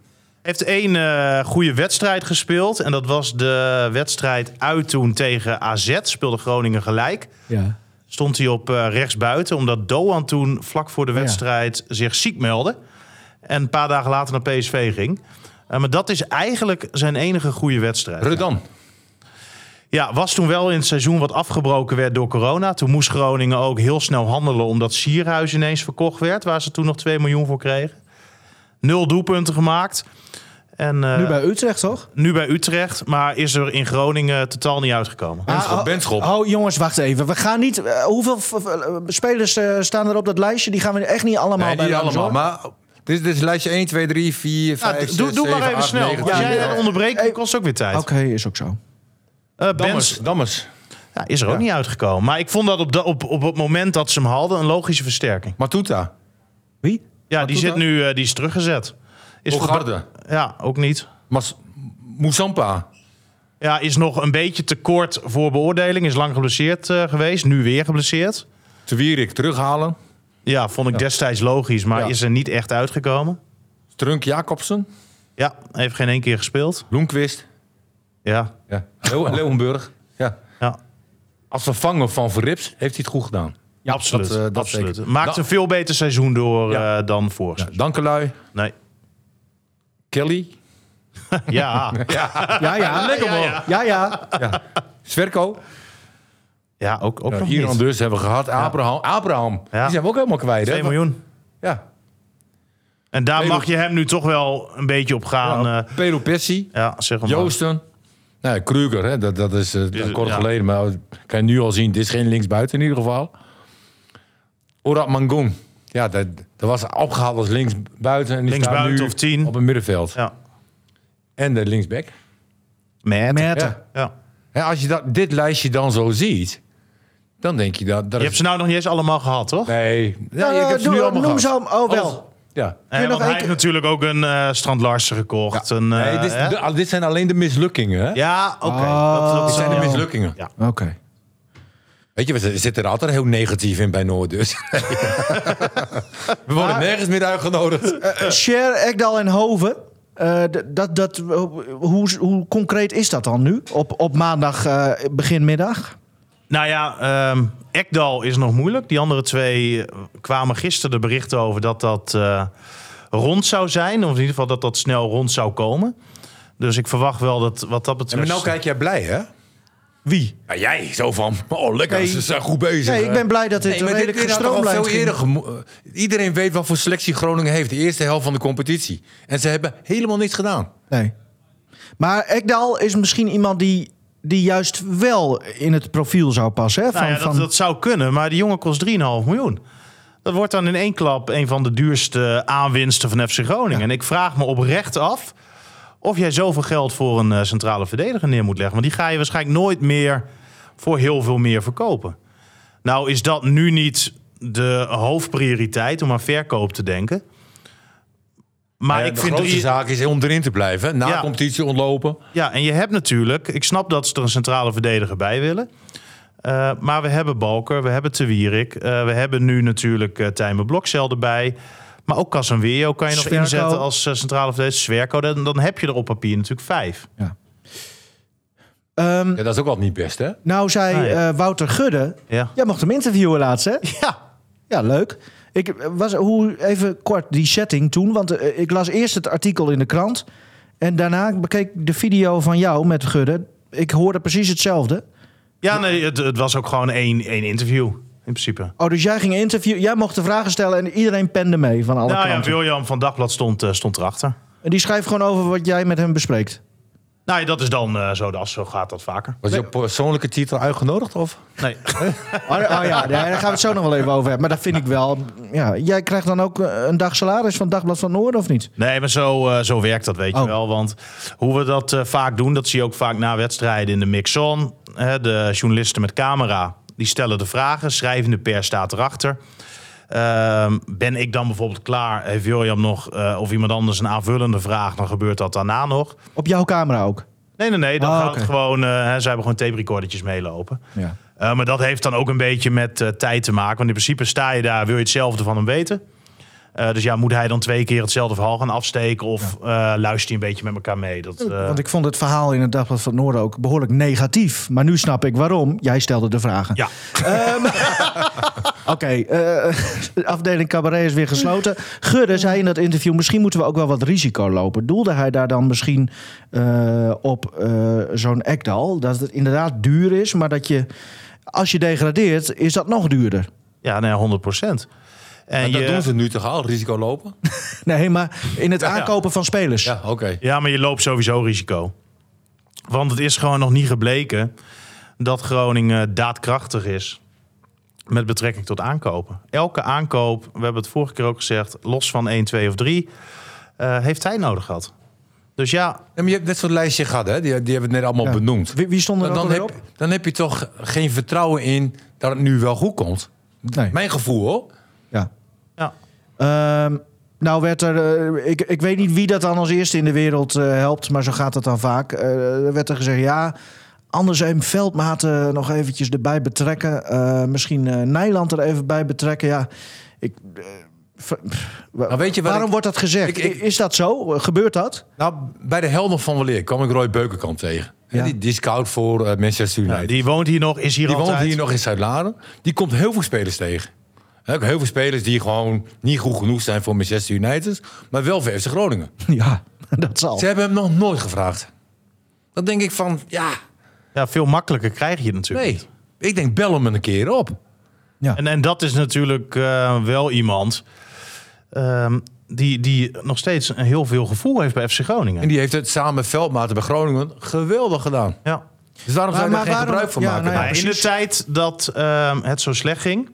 D: Heeft één eh, goede wedstrijd gespeeld. En dat was de wedstrijd uit toen tegen AZ. Speelde Groningen gelijk.
B: Ja.
D: Stond hij op eh rechtsbuiten. Omdat Doan toen vlak voor de
B: ja.
D: wedstrijd zich ziek meldde. En een paar dagen later naar PSV ging. Eh, maar dat is eigenlijk zijn enige goede wedstrijd.
C: Rudan.
D: Ja, was toen wel in het seizoen wat afgebroken werd door corona. Toen moest Groningen ook heel snel handelen omdat Sierhuis ineens verkocht werd. Waar ze toen nog 2 miljoen voor kregen. Nul doelpunten gemaakt. En eh,
B: Nu bij Utrecht, toch?
D: Utrecht, maar is er in Groningen totaal niet uitgekomen.
C: Benschop,
B: Ah, oh,
C: Benschop.
B: Oh, jongens, wacht even. We gaan niet... eh, hoeveel v- v- spelers eh, staan er op dat lijstje? Die gaan we echt niet allemaal
C: Nee,
B: bij
C: niet
B: langs,
C: allemaal.
B: hoor.
C: Maar dit is, dit is lijstje 1, 2, 3, 4,
D: Ja,
C: 5, 6,
D: doe doe
C: 7,
D: maar even
C: 8,
D: snel.
C: 9,
D: Als jij
C: 10,
D: dat onderbreekt,
B: Hey.
D: kost ook weer tijd.
B: Oké, is ook zo.
D: Eh,
C: Dammers,
D: Bens
C: Dammers.
D: ja, is er ook niet uitgekomen. Maar ik vond dat op, da- op, op het moment dat ze hem haalden een logische versterking.
C: Matuta.
B: Wie?
D: Ja, die,
C: doet
D: zit
C: dat?
D: nu, eh, die is teruggezet. Is voor-
C: Bogarde.
D: Ja, ook niet.
C: Mas, Moussampa.
D: Ja, is nog een beetje te kort voor beoordeling. Is lang geblesseerd eh, geweest. Nu weer geblesseerd.
C: Twierik terughalen.
D: Ja, vond ik destijds logisch, maar
C: Ja.
D: is er niet echt uitgekomen.
C: Strunk Jacobsen,
D: Ja, heeft geen één keer gespeeld.
C: Bloemquist,
D: Ja,
C: ja. Leeu- Leeuwenburg. Ja.
D: ja.
C: Als vervanger van Verrips heeft hij het goed gedaan.
D: ja absoluut.
C: dat, eh, dat
D: absoluut.
C: zeker.
D: Maakt
C: Da-
D: een veel beter seizoen door
C: Ja.
D: eh, dan vorig
C: Ja.
D: seizoen.
C: Dankelui,
D: Nee.
C: Kelly,
D: Ja.
B: Ja, ja. Lekker man. Ja, ja.
C: Zwerko.
D: ja, ook, ook
C: Ja,
D: nog
C: Iran
D: niet.
C: dus hebben we gehad. Abraham, Abraham
D: Ja.
C: die zijn we ook helemaal kwijt. hè?
D: 2 miljoen.
C: Ja.
D: En daar
C: Pelu-
D: mag je hem nu toch wel een beetje op gaan.
C: ja.
D: Ja,
C: Pedro Pessi.
D: ja zeg maar.
C: Joosten. Nou ja, Kruger, hè, dat, dat is eh,
D: Dit-
C: kort
D: ja.
C: geleden. Maar kan je nu al zien, dit is geen linksbuiten in ieder geval. Orat Mangoen. Ja, dat, dat was opgehaald als linksbuiten. En die
D: Linksbuiten
C: staat nu
D: of tien.
C: Op het middenveld.
D: Ja.
C: En de linksback.
D: Met.
B: Merten.
C: Ja.
D: Ja.
C: Hè, als je dat, dit lijstje dan zo ziet, dan denk je dat... dat
D: Je
C: is-
D: hebt ze nou nog niet eens allemaal gehad, toch?
C: Nee, ja,
B: Eh,
C: ik heb ze
B: doe-
C: nu allemaal
B: Noem
C: gehad.
B: ze hem. Oh, wel.
C: Ja.
D: Eh,
B: je nog
D: want hij
B: één
D: heeft
B: keer-
D: natuurlijk ook een eh Strand Larsen gekocht. Ja, een, eh,
C: Nee, dit, is-
D: hè?
C: de- dit zijn alleen de mislukkingen. Hè?
D: ja oké. Dat, dat
B: Oh.
C: Dit zijn de
D: zijn de
C: mislukkingen.
D: Ja.
B: Oké.
C: Weet je, we z- zitten er altijd heel negatief in bij Noord dus. we worden nergens meer uitgenodigd.
B: Cher, Ekdal en Hoven. Eh, d- dat, dat, hoe, hoe concreet is dat dan nu? Op, op maandag, eh, beginmiddag?
D: Nou ja, ehm Ekdal is nog moeilijk. Die andere twee eh, kwamen gisteren de berichten over dat dat eh, rond zou zijn. Of in ieder geval dat dat snel rond zou komen. Dus ik verwacht wel dat wat dat
C: maar
D: betreft...
C: nou kijk jij blij, hè?
B: Wie?
C: Ja, jij zo van, oh lekker,
B: Nee.
C: ze zijn goed bezig.
B: Nee, ik ben blij dat dit
C: maar
B: redelijk
C: dit had toch al
B: gestroomlijnd
C: veel
B: ging.
C: eerder gemo- eh, Iedereen weet wat voor selectie Groningen heeft. De eerste helft van de competitie. En ze hebben helemaal niks gedaan.
B: Nee. Maar Ekdal is misschien iemand die, die juist wel in het profiel zou passen. Hè? Van,
D: Nou ja, dat,
B: van,
D: dat zou kunnen, maar die jongen kost 3,5 miljoen. Dat wordt dan in één klap een van de duurste aanwinsten van FC Groningen. En ik vraag me oprecht af of jij zoveel geld voor een eh, centrale verdediger neer moet leggen. Want die ga je waarschijnlijk nooit meer voor heel veel meer verkopen. Nou is dat nu niet de hoofdprioriteit om aan verkoop te denken. Maar
C: Eh,
D: ik
C: de
D: vind
C: grootste
D: drie,
C: zaak is om erin te blijven. hè. Na
D: Ja.
C: competitie ontlopen.
D: ja, en je hebt natuurlijk... Ik snap dat ze er een centrale verdediger bij willen. Eh, maar we hebben Balker, we hebben Te Wierik. eh, we hebben nu natuurlijk eh Tijmen Blokcel erbij. Maar ook Casemiro kan je nog
B: Zwerko.
D: inzetten als eh, centrale verdediger. Zwerko, dan, dan heb je er op papier natuurlijk vijf.
B: Ehm,
C: Ja, dat is ook altijd niet best, hè?
B: nou zei
D: Ah, ja.
B: eh, Wouter Gudde...
D: Ja.
B: Jij mocht hem interviewen laatst, hè?
D: Ja.
B: Ja, leuk. Ik eh, was hoe, even kort die setting toen, want eh, ik las eerst het artikel in de krant en daarna bekeek ik de video van jou met Gudde. Ik hoorde precies hetzelfde.
D: Ja, nee, het, het was ook gewoon één, één interview in principe.
B: Oh, dus jij ging interviewen, jij mocht de vragen stellen en iedereen pende mee van alle
D: nou ja,
B: kanten.
D: William van Dagblad stond, eh, stond erachter.
B: En die schrijft gewoon over wat jij met hem bespreekt.
D: Nou ja, dat is dan eh, zo, dat, zo gaat dat vaker.
C: Was je persoonlijke titel uitgenodigd? Of?
D: Nee.
B: Oh, oh ja, ja, daar gaan we het zo nog wel even over hebben. Maar dat vind ik wel. Ja, jij krijgt dan ook eh, een dag salaris van Dagblad van Noorden, of niet?
D: Nee, maar zo, eh, zo werkt dat, weet
B: Oh.
D: je wel. Want hoe we dat eh, vaak doen, dat zie je ook vaak na wedstrijden in de mixon. Hè, de journalisten met camera, die stellen de vragen. Schrijvende pers staat erachter. Ehm, ben ik dan bijvoorbeeld klaar? Heeft William nog eh, of iemand anders een aanvullende vraag? Dan gebeurt dat daarna nog.
B: Op jouw camera ook.
D: Nee, nee, nee. Dan
B: Ah,
D: gaat
B: oké.
D: het gewoon... eh, hè, ze hebben gewoon tape recordertjes meelopen.
B: Ja.
D: Eh, maar dat heeft dan ook een beetje met eh, tijd te maken. Want in principe sta je daar, wil je hetzelfde van hem weten. Eh, dus ja, moet hij dan twee keer hetzelfde verhaal gaan afsteken? Of eh, luistert hij een beetje met elkaar mee? Dat, eh,
B: Want ik vond het verhaal in het Dagblad van het Noorden ook behoorlijk negatief. Maar nu snap ik waarom. Jij stelde de vragen.
D: Ja,
B: Oké, eh, de afdeling cabaret is weer gesloten. Gudde zei in dat interview, misschien moeten we ook wel wat risico lopen. Doelde hij daar dan misschien eh, op eh, zo'n ekdal? Dat het inderdaad duur is, maar dat je... Als je degradeert, is dat nog duurder.
D: ja nee, 100 procent. En
C: En dat
D: je-
C: doen ze nu toch al, risico lopen?
B: Nee, maar in het aankopen van spelers.
C: ja, oké.
D: Ja, maar je loopt sowieso risico. Want het is gewoon nog niet gebleken dat Groningen daadkrachtig is met betrekking tot aankopen. Elke aankoop, we hebben het vorige keer ook gezegd, los van 1, 2 of 3, eh, heeft hij nodig gehad. Dus ja,
C: Ja, maar je hebt net zo'n lijstje gehad, hè? Die, die hebben het net allemaal
B: Ja.
C: benoemd.
B: Wie, wie stond er
C: Dan, dan,
B: dan
C: heb,
B: op?
C: dan heb je toch geen vertrouwen in dat het nu wel goed komt.
B: Nee.
C: Mijn gevoel, hoor.
B: Ja.
D: ja.
B: Ehm, nou werd er, eh, ik, ik weet niet wie dat dan als eerste in de wereld eh, helpt, maar zo gaat dat dan vaak. Eh, er werd er gezegd, ja, anders even eh, veldmaten nog eventjes erbij betrekken. Eh, misschien eh Nijland er even bij betrekken. Ja, Ik, eh, v- pff, wa-
C: Nou, weet je wat
B: waarom
C: ik-
B: wordt dat gezegd?
C: ik- ik-
B: Is dat zo? Gebeurt dat?
C: Nou, bij de helder van Weleer kwam ik Roy Beukenkamp tegen.
B: Ja.
C: Ja. Die, die is scout voor eh, Manchester United.
D: Ja,
C: die
D: die woont hier nog, is hier altijd.
C: woont hier nog in Zuid-Laren. Die komt heel veel spelers tegen. Hè, Ook heel veel spelers die gewoon niet goed genoeg zijn voor Manchester United, maar wel voor FC Groningen.
B: Ja, dat zal.
C: Ze hebben hem nog nooit gevraagd. Dan denk ik van, ja,
D: Ja, veel makkelijker krijg je natuurlijk.
C: nee.
D: niet.
C: Ik denk, bel hem een keer op.
D: En, en dat is natuurlijk eh, wel iemand ehm, die, die nog steeds een heel veel gevoel heeft bij FC Groningen.
C: En die heeft het samen met Veldmaten bij Groningen geweldig gedaan.
D: Ja.
C: Dus daarom
B: Maar-
C: zou je
B: maar
C: daar geen
B: waarom-
C: gebruik van
B: ja,
C: maken.
B: nou ja.
D: Maar in de
B: precies.
D: tijd dat ehm, het zo slecht ging,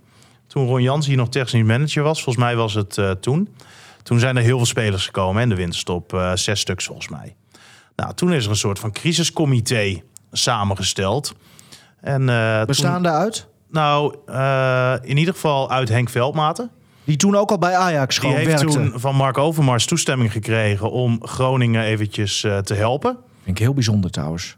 D: toen Ron Jans hier nog technisch manager was, volgens mij was het eh, toen. Toen zijn er heel veel spelers gekomen hè, in de winterstop, eh, zes stuks volgens mij. Nou, toen is er een soort van crisiscomité samengesteld. En, eh, toen-
B: Bestaande uit?
D: nou, eh, in ieder geval uit Henk Veldmaten.
B: Die toen ook al bij Ajax
D: Die
B: gewoon
D: heeft
B: werkte.
D: toen van Mark Overmars toestemming gekregen om Groningen eventjes eh, te helpen.
B: Vind ik heel bijzonder trouwens.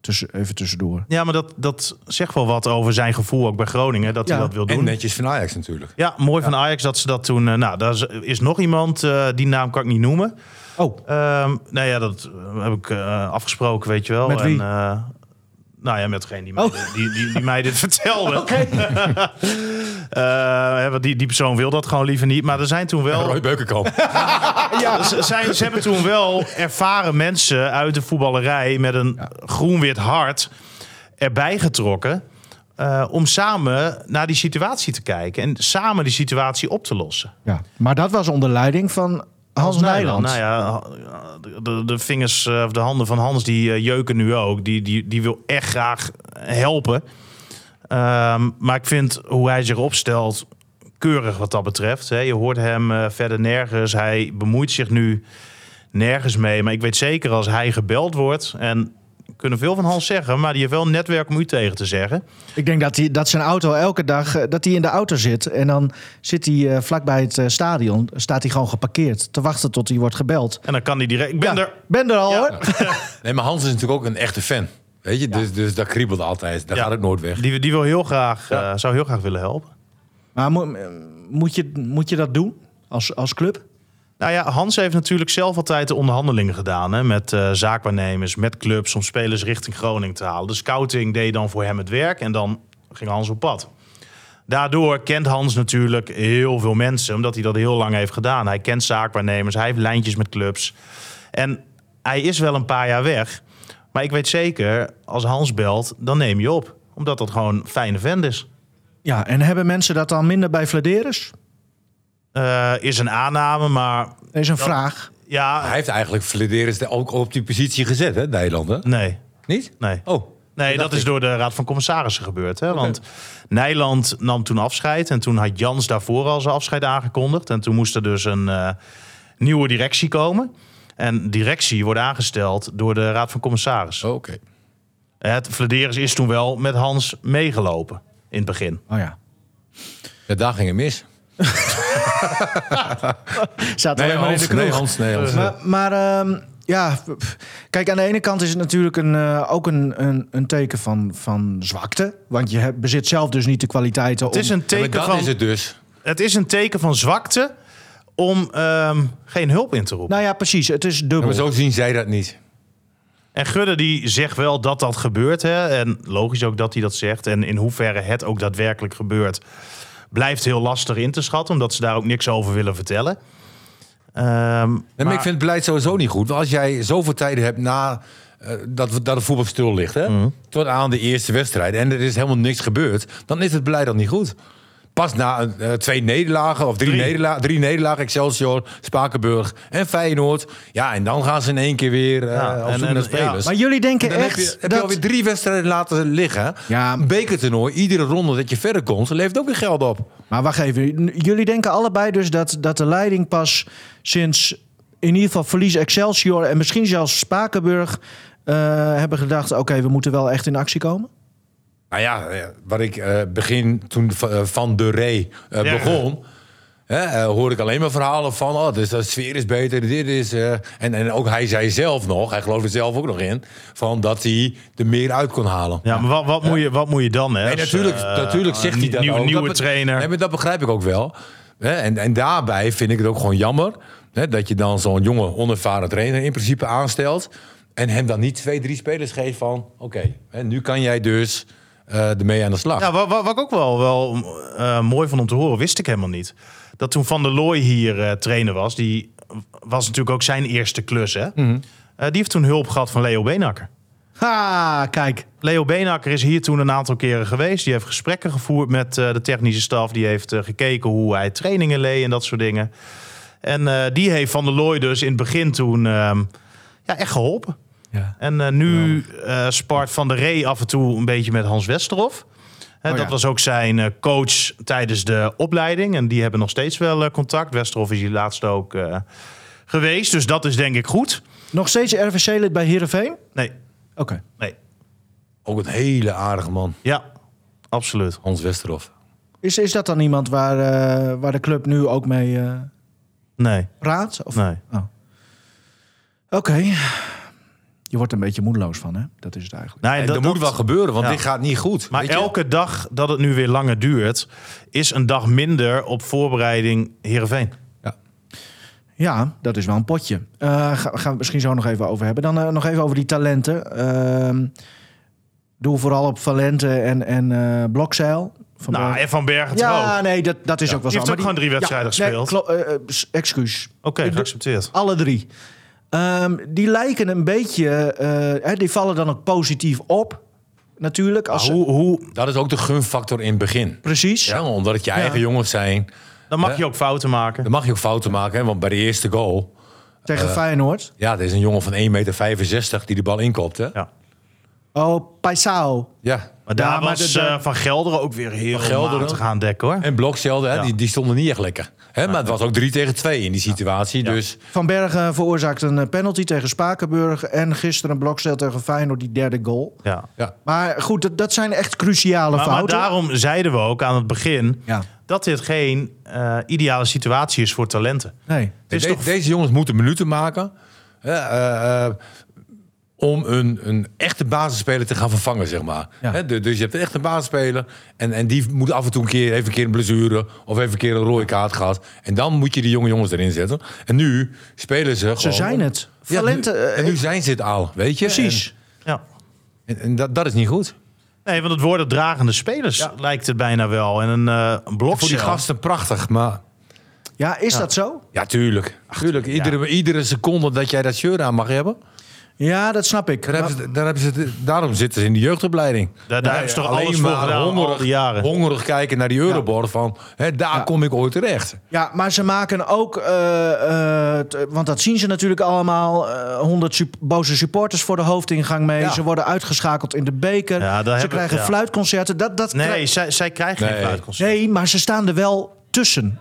B: Tussen, even tussendoor.
D: Ja, maar dat, dat zegt wel wat over zijn gevoel ook bij Groningen, dat
B: Ja.
D: hij dat wil
C: En
D: doen.
C: netjes van Ajax natuurlijk.
D: Ja, mooi van Ajax dat ze dat toen... eh, nou, daar is, is nog iemand, eh, die naam kan ik niet noemen.
B: Oh,
D: Ehm nou ja, dat eh, heb ik eh, afgesproken, weet je wel.
B: Met wie? Oh.
D: En, eh, nou ja, met degene die mij, die, die, die mij dit vertelde. Oké. want die, die persoon wil dat gewoon liever niet. Maar er zijn toen wel...
C: Roy Beukenkamp.
D: Ze, zijn, ze hebben toen wel ervaren mensen uit de voetballerij met een groen-wit hart erbij getrokken. eh, om samen naar die situatie te kijken en samen die situatie op te lossen.
B: ja. Maar dat was onder leiding van Hans Nijland.
D: Nou ja, de, de vingers eh, of de handen van Hans die eh, jeuken nu ook. Die, die, die wil echt graag helpen. Ehm, maar ik vind hoe hij zich opstelt keurig wat dat betreft. Hè. Je hoort hem eh, verder nergens. Hij bemoeit zich nu nergens mee. Maar ik weet zeker als hij gebeld wordt en we kunnen veel van Hans zeggen, maar die heeft wel een netwerk om u tegen te zeggen.
B: Ik denk dat, hij, dat zijn auto elke dag eh, dat hij in de auto zit. En dan zit hij eh, vlakbij het eh, stadion. Staat hij gewoon geparkeerd te wachten tot hij wordt gebeld.
D: En dan kan hij direct. Ik ben
B: Ja,
D: er.
B: ben er al
D: Ja.
B: hoor.
C: Nee, maar Hans is natuurlijk ook een echte fan. Weet je, dus, dus dat kriebelt altijd. Daar
D: Ja.
C: gaat het nooit weg.
D: Die, die wil heel graag, eh, zou heel graag willen helpen.
B: Maar mo- eh, moet, je, moet je dat doen als, als club?
D: Nou ja, Hans heeft natuurlijk zelf altijd de onderhandelingen gedaan. Hè, met eh, zaakwaarnemers, met clubs, om spelers richting Groningen te halen. De scouting deed dan voor hem het werk en dan ging Hans op pad. Daardoor kent Hans natuurlijk heel veel mensen, omdat hij dat heel lang heeft gedaan. Hij kent zaakwaarnemers, hij heeft lijntjes met clubs. En hij is wel een paar jaar weg. Maar ik weet zeker, als Hans belt, dan neem je op. Omdat dat gewoon een fijne vent is.
B: Ja, en hebben mensen dat dan minder bij Vladeris?
D: Eh, is een aanname, maar
B: Dat is een vraag.
D: ja,
C: Hij heeft eigenlijk Flederis ook op die positie gezet, hè, Nederland, hè?
D: nee,
C: Niet?
D: nee.
C: Oh.
D: Nee, dat is door de Raad van Commissarissen gebeurd. Hè? Want Nijland nam toen afscheid. En toen had Jans daarvoor al zijn afscheid aangekondigd. En toen moest er dus een eh, nieuwe directie komen. En directie wordt aangesteld door de Raad van Commissarissen.
C: Oh, Oké.
D: Het Vladeris is toen wel met Hans meegelopen in het begin.
B: Oh ja.
C: Ja, daar ging het mis.
B: Staat alleen maar in de kroeg. Eh,
C: nee, Hans, eh. nee, Hans.
B: Maar, maar ehm, ja, pff, kijk, aan de ene kant is het natuurlijk een, eh, ook een, een, een teken van, van zwakte. Want je hebt- bezit zelf dus niet de kwaliteiten
D: Het is een
C: Ja, maar
D: teken,
C: dat
D: van,
C: is
D: het...
C: het dus.
D: is een teken van zwakte om ehm, geen hulp in te roepen.
B: Nou ja, precies. Het is
C: Ja,
B: dubbel.
C: maar zo zien zij dat niet.
D: En Gudde die zegt wel dat dat gebeurt. Hè? En logisch ook dat hij dat zegt. En in hoeverre het ook daadwerkelijk gebeurt, blijft heel lastig in te schatten. Omdat ze daar ook niks over willen vertellen. Ehm,
C: En
D: maar-
C: ik vind het beleid sowieso niet goed. Want als jij zoveel tijd hebt na eh, dat, we- dat de voetbal stil ligt, hè, tot aan de eerste wedstrijd, en er is helemaal niks gebeurd, dan is het beleid al niet goed. Pas na een, eh, twee nederlagen, of drie,
D: Drie.
C: Nederla drie nederlagen, Excelsior, Spakenburg en Feyenoord. Ja, en dan gaan ze in één keer weer eh
D: Ja,
C: op
D: en-
C: zoek
D: en-
C: naar
D: ja.
C: spelers.
B: Maar jullie denken
C: Dan heb je,
B: echt
C: heb je
B: dat...
C: alweer drie wedstrijden laten liggen.
B: Ja.
C: Een bekertoernooi, iedere ronde dat je verder komt, levert ook weer geld op.
B: Maar wacht even. N- Jullie denken allebei dus dat, dat de leiding pas sinds in ieder geval verlies Excelsior... en misschien zelfs Spakenburg eh, hebben gedacht... oké, we moeten wel echt in actie komen?
C: Nou ja, eh, wat ik eh, begin toen v- eh, Van de Rey eh,
D: Ja.
C: begon... Hè, eh, hoorde ik alleen maar verhalen van, oh, dus de sfeer is beter, dit is... eh, en, en ook hij zei zelf nog, hij geloofde zelf ook nog in... Van dat hij er meer uit kon halen.
D: ja, maar wat, wat, moet je, wat moet je dan? Hè?
C: En
D: Als,
C: natuurlijk,
D: eh,
C: natuurlijk
D: een
C: zegt hij dat
D: nieuwe,
C: ook.
D: Nieuwe
C: dat be-
D: trainer.
C: Nee, maar dat begrijp ik ook wel. Hè, en, en daarbij vind ik het ook gewoon jammer hè, dat je dan zo'n jonge, onervaren trainer in principe aanstelt. En hem dan niet twee, drie spelers geeft van: oké, hè, nu kan jij dus eh ermee aan de slag.
D: Ja, wat, wat ik ook wel, wel eh, mooi van om te horen, wist ik helemaal niet. Dat toen Van der Looy hier eh, trainer was, die was natuurlijk ook zijn eerste klus. Hè?
C: Mhm.
D: Eh, die heeft toen hulp gehad van Leo Beenakker.
B: Ha, kijk.
D: Leo Beenakker is hier toen een aantal keren geweest. Die heeft gesprekken gevoerd met eh, de technische staf. Die heeft eh, gekeken hoe hij trainingen leed en dat soort dingen. En eh, die heeft Van der Looy dus in het begin toen ehm, ja, echt geholpen.
C: Ja.
D: En eh, nu eh, spart Van der Ree af en toe een beetje met Hans Westerhof. Hè,
C: Oh,
D: dat
C: ja.
D: was ook zijn eh, coach tijdens de opleiding. En die hebben nog steeds wel eh, contact. Westerhof is hier laatst ook eh, geweest. Dus dat is denk ik goed.
B: Nog steeds RVC-lid bij Heerenveen? Oké.
D: Nee, nee.
C: Ook een hele aardige man,
D: Ja, absoluut.
C: Hans Westerhof.
B: Is, is dat dan iemand waar, eh, waar de club nu ook mee eh,
D: Nee,
B: praat? Of... Oh.
D: nee.
B: Oké. Je wordt er een beetje moedeloos van, hè? Dat is het eigenlijk.
D: Nee,
C: En dat, moet wel gebeuren, want
D: ja.
C: dit gaat niet goed.
D: Maar
C: weet je?
D: elke dag dat het nu weer langer duurt, is een dag minder op voorbereiding Heerenveen.
B: Ja, dat is wel een potje. Eh ga- gaan we het misschien zo nog even over hebben. Dan eh, nog even over die talenten. Ehm, doe vooral op Valente en, en eh Blokzeil. Van
D: Nou,
B: Bergen.
D: en Van Bergen trouw.
B: ja, nee, dat, dat is ook wel
D: Die
B: zo.
D: heeft ook
B: Maar
D: gewoon drie wedstrijden
B: nee,
D: gespeeld.
B: klo- eh, eh, s- excuus.
D: Oké,
B: Ik doe-
D: geaccepteerd.
B: Alle drie. Ehm, die lijken een beetje... eh, hè, die vallen dan ook positief op,
D: Ah,
B: natuurlijk. Als
C: Maar
B: ze-
C: hoe, hoe, dat is ook de gunfactor in het begin.
B: Precies.
C: Ja, omdat het je eigen jongens zijn.
D: Dan mag je ook fouten maken.
C: Dan mag je ook fouten maken, hè, want bij de eerste goal...
B: Tegen
D: Eh.
B: Feyenoord.
C: Ja, er is een jongen van 1,65 meter die de bal inkopt, hè?
D: Ja.
B: Oh, Paisao.
C: Ja.
D: Maar daar
B: Ja, maar
D: was
B: de- de-
D: eh, Van Gelderen ook weer heel
C: Gelderen.
D: matig aan dek hoor.
C: En Blokzelde, hè,
D: Ja.
C: die, die stonden niet echt lekker. Hè, maar het was ook 3 tegen 2 in die situatie. Dus
B: Van Bergen veroorzaakt een eh, penalty tegen Spakenburg. En gisteren een blokzet tegen Feyenoord, die derde goal.
D: Ja.
C: ja,
B: Maar goed, dat, dat zijn echt cruciale
D: Maar, maar
B: fouten.
D: daarom zeiden we ook aan het begin
B: Ja.
D: dat dit geen eh, ideale situatie is voor talenten.
B: Nee.
D: Het is
C: de-
D: toch-
C: deze jongens moeten minuten maken. hè, eh, eh, om een, een echte basisspeler te gaan vervangen, zeg maar.
B: Ja.
C: Hè, de- dus je hebt echt een basisspeler. En, en die moet af en toe een keer, even een keer een blessure. Of even een keer een rode kaart gehad. En dan moet je die jonge jongens erin zetten. En nu spelen ze gewoon...
B: Ze zijn het.
C: Ja, nu,
B: Valente, eh,
C: en nu zijn ze het al, weet je?
B: precies.
D: Ja.
C: En, en, en dat, dat is niet goed.
D: Nee, want het worden dragende spelers lijkt het bijna wel. En een, eh een blokcel.
C: Voor die gasten prachtig, maar...
B: Ja, is dat zo?
C: Ja, tuurlijk. tuurlijk. Iedere, iedere seconde dat jij dat shirt aan mag hebben...
B: Ja, dat snap ik.
C: Daar hebben ze, daar hebben ze, daarom zitten ze in de jeugdopleiding.
D: Daar- daar
C: Ja,
D: hebben ze toch
C: alleen
D: alles voor
C: maar
D: gedaan, al
C: hongerig,
D: die jaren.
C: hongerig kijken naar die eurobor van... Hè, daar
B: Ja.
C: kom ik ooit terecht.
B: Ja, maar ze maken ook, eh, eh, t- want dat zien ze natuurlijk allemaal, eh, honderd boze supporters voor de hoofdingang mee.
C: Ja.
B: Ze worden uitgeschakeld in de beker.
D: Ja, daar
B: ze
D: hebben-
B: krijgen
D: ja.
B: fluitconcerten. Dat, dat
D: Nee,
B: krijg-
D: zij, zij krijgen
C: Nee.
D: geen fluitconcert.
B: nee, maar ze staan er wel tussen.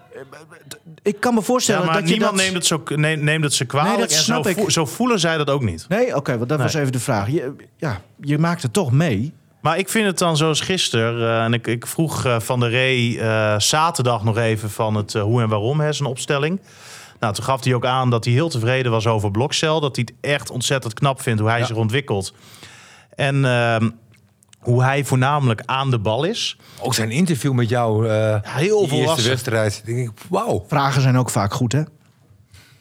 B: Ik kan me
D: Ja,
B: voorstellen
D: maar
B: dat je
D: niemand
B: dat...
D: neemt, het zo, neemt, neemt het ze kwalijk.
B: Nee, dat
D: en
B: snap
D: zo,
B: ik.
D: vo- zo voelen zij dat ook niet.
B: Nee, oké, want dat was even de vraag. Je, ja, je maakt het toch mee.
D: Maar ik vind het dan zoals gisteren. eh, en ik, ik vroeg eh, Van der Ree eh, zaterdag nog even van het eh, hoe en waarom hè, zijn opstelling. Nou, toen gaf hij ook aan dat hij heel tevreden was over Blokcel. Dat hij het echt ontzettend knap vindt hoe hij zich ontwikkelt. En ehm, hoe hij voornamelijk aan de bal is.
C: Ook zijn interview met jou... eh
D: heel
C: die
D: volwassen.
C: eerste wedstrijd. denk ik, wauw.
B: Vragen zijn ook vaak goed, hè?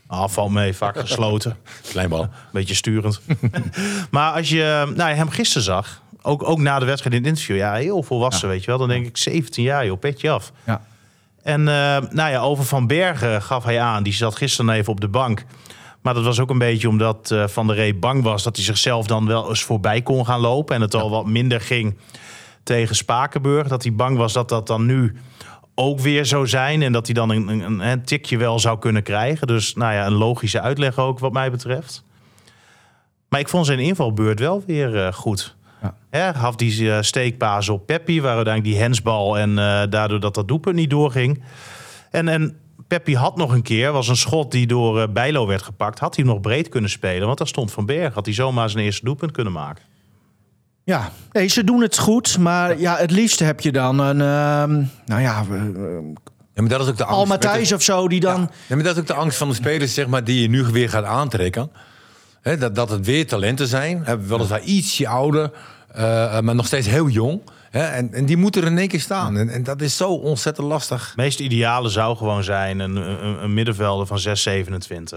D: Ah, valt mee, vaak gesloten.
C: Kleinbal.
D: eh, Beetje sturend. maar als je nou, hem gisteren zag, ook, ook na de wedstrijd in het interview, ja, heel volwassen, weet je wel. Dan denk ik 17 jaar, joh, petje af.
B: Ja.
D: En eh, nou ja, over Van Bergen gaf hij aan. Die zat gisteren even op de bank. Maar dat was ook een beetje omdat eh, Van der Ree bang was dat hij zichzelf dan wel eens voorbij kon gaan lopen. En het al wat minder ging tegen Spakenburg. Dat hij bang was dat dat dan nu ook weer zou zijn. En dat hij dan een, een, een, een tikje wel zou kunnen krijgen. Dus nou ja, een logische uitleg ook wat mij betreft. Maar ik vond zijn invalbeurt wel weer eh, goed.
B: Ja.
D: Hè, gaf die eh, steekpaas op Peppi, waar uiteindelijk die hensbal en eh, daardoor dat dat doelpunt niet doorging. En, en Peppi had nog een keer, was een schot die door eh, Bijlo werd gepakt. Had hij hem nog breed kunnen spelen, want daar stond Van Berg. Had hij zomaar zijn eerste doelpunt kunnen maken.
B: Ja, nee, ze doen het goed, maar ja, het liefst heb je dan een, ehm, nou ja, eh, eh,
C: Ja, maar dat is ook de angst.
B: Alma
C: met de-
B: Thijs of zo, die dan...
C: Ja, maar dat is ook de angst van de spelers zeg maar, die je nu weer gaat aantrekken. Hè, dat, dat het weer talenten zijn. Hebben Weliswaar ietsje ouder, eh, maar eh, nog steeds heel jong. Hè, en, en die moeten er in één keer staan. En, en dat is zo ontzettend lastig.
D: Het meest ideale zou gewoon zijn een, een, een middenvelder van 6,27.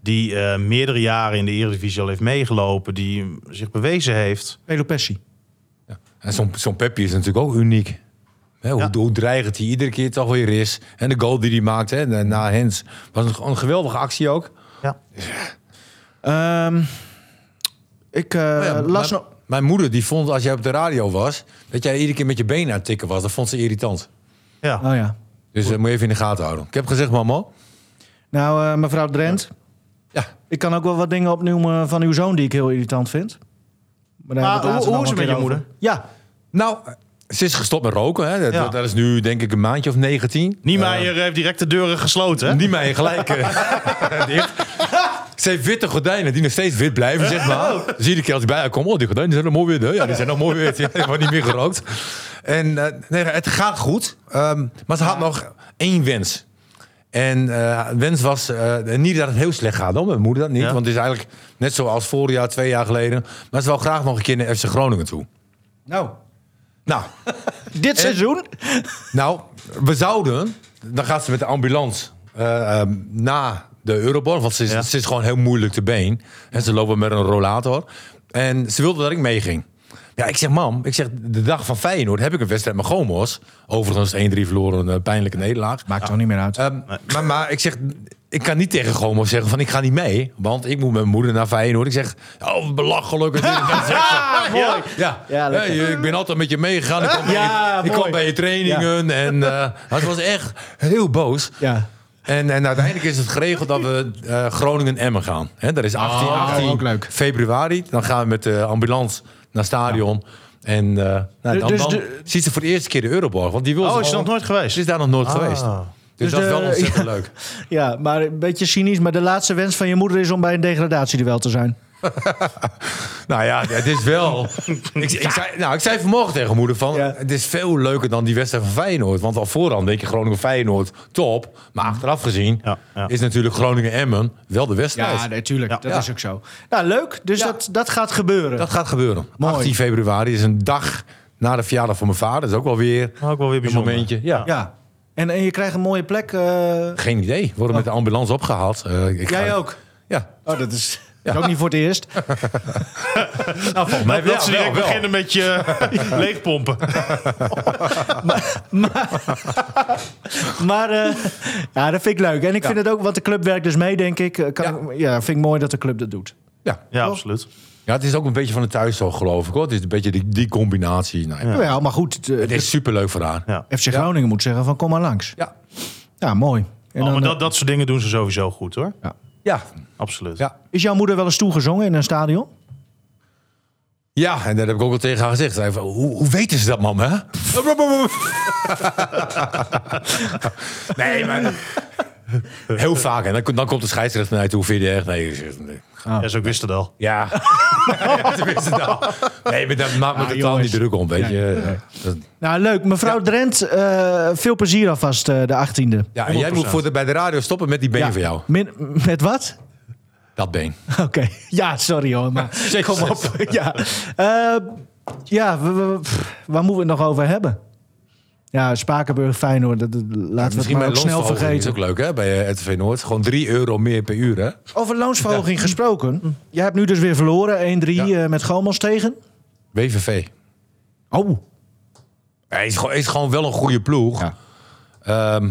D: Die eh, meerdere jaren in de Eredivisie al heeft meegelopen. Die zich bewezen heeft.
B: Pelopessi.
C: En zo'n zo'n Peppi is natuurlijk ook uniek. Hè, hoe,
D: Ja.
C: hoe dreigend hij iedere keer toch weer is. En de goal die hij maakt hè, na- na Hens. Was een, een geweldige actie
D: Eh,
C: ook.
D: Ja.
B: Ehm, ik eh,
C: Nou ja,
B: las
C: mijn,
B: nog...
C: mijn moeder die vond als jij op de radio was... dat jij iedere keer met je benen aan het tikken was. Dat vond ze irritant.
D: ja.
B: Oh ja.
C: Dus dat moet je even in de gaten houden. Ik heb gezegd, mama.
B: Nou, eh, mevrouw Drent.
C: Ja.
B: Ik kan ook wel wat dingen opnoemen van uw zoon die ik heel irritant vind. daar hebben
D: Maar
B: we het later
D: hoe-
B: nog
D: hoe is
B: een
D: het
B: keer
D: met je
B: over.
D: moeder?
B: Ja.
C: Nou, ze is gestopt met roken. Hè. Dat,
D: Ja.
C: dat is nu denk ik een maandje of Eh, 19.
D: Niemeyer heeft direct de deuren gesloten. hè?
C: Die mij gelijk eh, dicht. Ze heeft witte gordijnen die nog steeds wit blijven, zeg maar.
D: Oh.
C: Dus iedere keer als ik bij haar kom, oh, die gordijnen zijn nog mooi wit. Hè? Ja, die zijn nog mooi wit. Ja, ik word niet meer gerookt. En eh, nee, het gaat goed. Ehm, maar ze had nog één wens. En eh wens was eh, niet dat het heel slecht gaat, hoor, met mijn moeder dat niet.
D: Ja.
C: Want het is eigenlijk net zoals vorig jaar, twee jaar geleden. Maar ze wil graag nog een keer naar FC Groningen toe.
B: Nou,
C: Nou,
B: dit seizoen?
C: nou, we zouden. Dan gaat ze met de ambulance eh, ehm, na de Eurobor. Want ze is,
D: Ja.
C: ze is gewoon heel moeilijk te been. En ze lopen met een rollator. En ze wilde dat ik meeging. Ja, ik zeg, mam, ik zeg, de dag van Feyenoord heb ik een wedstrijd met Gomos. Overigens 1-3 verloren, een pijnlijke nederlaag.
B: Maakt toch niet meer uit.
C: Ehm, maar, maar ik zeg, ik kan niet tegen Gomos zeggen van ik ga niet mee. Want ik moet met mijn moeder naar Feyenoord. Ik zeg, oh, belachelijk. het is- dat zegt ze.
B: mooi.
C: Ja,
B: Ja, lekker.
C: Hey, ik ben altijd met je meegegaan. Ik kwam,
B: Ja,
C: bij, je, ik
B: mooi.
C: kwam bij je trainingen. En eh het was echt heel boos.
B: Ja.
C: En, en uiteindelijk is het geregeld dat we eh, Groningen-Emmen gaan. Hè, dat is 18, 18
B: ook leuk.
C: februari. Dan gaan we met de ambulance naar stadion. En eh nou, dan,
B: dus
C: dan
B: de-
C: ziet ze voor de eerste keer de Euroborg. Want die wil
D: Oh,
C: ze
D: is ze
C: al-
D: nog nooit geweest?
C: Ze is daar nog nooit
D: Ah.
C: geweest.
B: Dus
C: Dus, dat is wel
B: de-
C: ontzettend leuk.
B: ja, maar een beetje cynisch. Maar de laatste wens van je moeder is om bij een degradatieduel te zijn.
C: Nou ja, het is wel. ik, ik, zei, nou, ik zei vanmorgen tegen moeder van.
B: Ja.
C: Het is veel leuker dan die wedstrijd van Feyenoord. Want al voorhand denk je Groningen-Feyenoord top. Maar achteraf gezien
D: Ja, ja.
C: is natuurlijk Groningen-Emmen wel de wedstrijd.
B: natuurlijk. dat
C: Ja.
B: is ook zo. Nou, leuk. Dus
C: Ja.
B: dat, dat gaat gebeuren.
C: Dat gaat gebeuren.
B: Mooi.
C: 18 februari is een dag na de verjaardag van mijn vader. Dat is ook wel weer
D: Ook wel weer
C: een
D: bijzonder.
C: momentje. Ja.
B: Ja. En, en je krijgt een mooie plek. eh,
C: Geen idee. Worden met de ambulance opgehaald. Eh, ik
B: Jij
C: ga-
B: ook?
C: Ja.
B: Oh, dat is... dat is ook niet voor het eerst. Nou,
D: Maar
C: wel,
D: dat ze direct
C: wel, wel.
D: beginnen met je leegpompen.
B: Maar eh, ja, dat vind ik leuk. En ik vind het ook, want de club werkt dus mee, denk ik. Eh, Kan, ja. vind ik mooi dat de club dat doet.
C: Ja.
D: Ja, absoluut.
C: ja, het is ook een beetje van de thuiszorg, geloof ik. Hoor. Het is een beetje die, die combinatie. Nou, ja.
B: Ja, maar goed. eh, de-
C: Het is superleuk voor haar.
D: Ja.
B: FC Groningen moet zeggen van kom maar langs.
C: Ja.
B: Ja, mooi. En
D: Oh,
B: dan,
D: maar
B: eh,
D: dat, dat soort dingen doen ze sowieso goed hoor.
C: Ja.
D: Absoluut.
C: Ja.
B: Is jouw moeder wel eens toegezongen in een stadion?
C: Ja, en dat heb ik ook al tegen haar gezegd. Zij van, hoe, hoe weten ze dat, mam, hè? nee, maar... Heel vaak. En dan, komt- dan komt de scheidsrechter naar je toe. Vind je echt... Nee, ik zeg, nee.
D: Ja, zo ik wist het al.
C: ja. Tenminste dan. Nee, maar daar maakt me
B: Ah,
C: totaal
B: jongens.
C: niet druk om, weet
B: Nee.
C: je. Dat-
B: Nou, leuk. Mevrouw Drent, eh, veel plezier alvast eh, de 18e.
C: Ja, en jij moet voor de, bij de radio stoppen met die been van jou.
B: Min- met wat?
C: Dat been.
B: Oké. Ja, sorry hoor. Maar kom op. ja, Eh, ja we, we- pff, waar moeten we het nog over hebben? Ja, Spakenburg, Feyenoord. Dat, dat- laten we het
C: Misschien
B: maar
C: mijn
B: ook snel
C: loonsverhoging is
B: vergeten.
C: ook leuk, hè? Bij eh, RTV Noord. Gewoon 3 euro meer per uur, hè?
B: Over loonsverhoging gesproken. Jij hebt nu dus weer verloren. 1-3
C: Ja.
B: eh, met Gomos tegen.
C: WVV.
B: Oh.
C: Hij is, gewoon- is gewoon wel een goede ploeg.
B: Ja.
C: Ehm,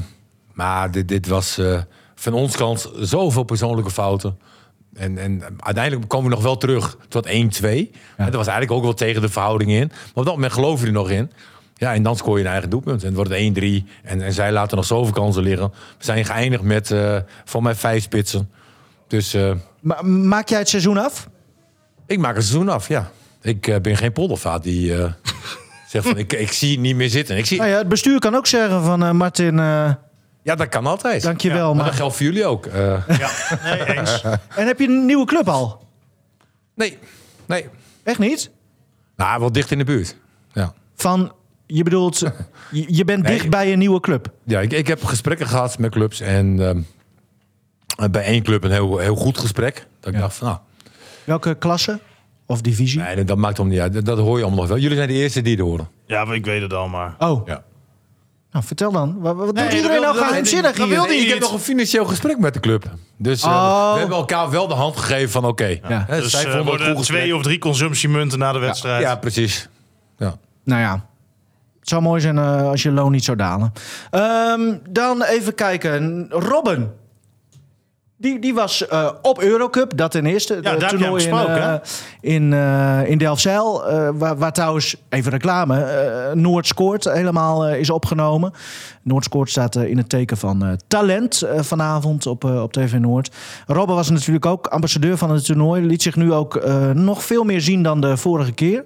C: maar dit, dit was eh, van ons kant zoveel persoonlijke fouten. En, en uiteindelijk komen we nog wel terug tot 1-2. En Dat was eigenlijk ook wel tegen de verhouding in. Maar op dat moment geloof je er nog in. Ja, en dan scoor je een eigen doelpunt. En het wordt 1-3. En, en zij laten nog zoveel kansen liggen. We zijn geëindigd met eh van mij vijf spitsen. Dus eh,
B: Ma- maak jij het seizoen af?
C: ik maak het seizoen af, ja. Ik eh, ben geen poldervaat die eh, zegt van ik, ik zie het niet meer zitten. Ik zie,
B: Nou ja, het bestuur kan ook zeggen van eh, Martin, eh
C: ja, dat kan altijd.
B: dankjewel.
C: Maar dat
B: maar...
C: geldt voor jullie ook. eh.
D: Ja, nee, eens.
B: En heb je een nieuwe club al?
C: nee, nee.
B: Echt niet?
C: Nou, wel dicht in de buurt. Ja,
B: Van, je bedoelt, je, je bent
C: Nee.
B: dicht bij een nieuwe club.
C: ja ik, ik heb gesprekken gehad met clubs. En ehm, bij één club een heel, heel goed gesprek. Dat ik dacht van, nou,
B: Welke klasse? Of divisie?
C: Nee, dat, dat maakt hem niet uit. Dat, dat hoor je allemaal nog wel. Jullie zijn de eerste die het horen.
D: Ja, maar ik weet het al, maar...
B: Oh,
C: Ja.
B: nou vertel dan. Wat, wat doet
D: dat
B: iedereen
D: wil-
B: nou
D: dat-
B: geheimzinnig
D: dat
B: hier?
D: wil die-
C: Ik
D: niet.
C: heb nog een financieel gesprek met de club. Dus eh,
B: Oh.
C: we hebben elkaar wel de hand gegeven van oké.
B: Ja.
C: Hè,
D: Dus
C: zij
D: eh,
C: vonden het
D: worden
C: goed gesprek.
D: twee of drie consumptiemunten na de
C: ja,
D: wedstrijd.
C: ja, precies. Ja.
B: Nou ja, het zou mooi zijn eh, als je loon niet zou dalen. Ehm, dan even kijken. Robin. Die, die was eh, op Eurocup, dat ten eerste.
D: daar
B: Het
D: heb je
B: toernooi
D: hem gesproken,
B: in, eh, in, eh, in Delfzijl. eh, waar, waar trouwens, even reclame, eh, Noord scoort helemaal eh, is opgenomen. Noord scoort staat eh, in het teken van eh, talent eh, vanavond op, eh, op TV Noord. Robin was natuurlijk ook ambassadeur van het toernooi. Liet zich nu ook eh, nog veel meer zien dan de vorige keer.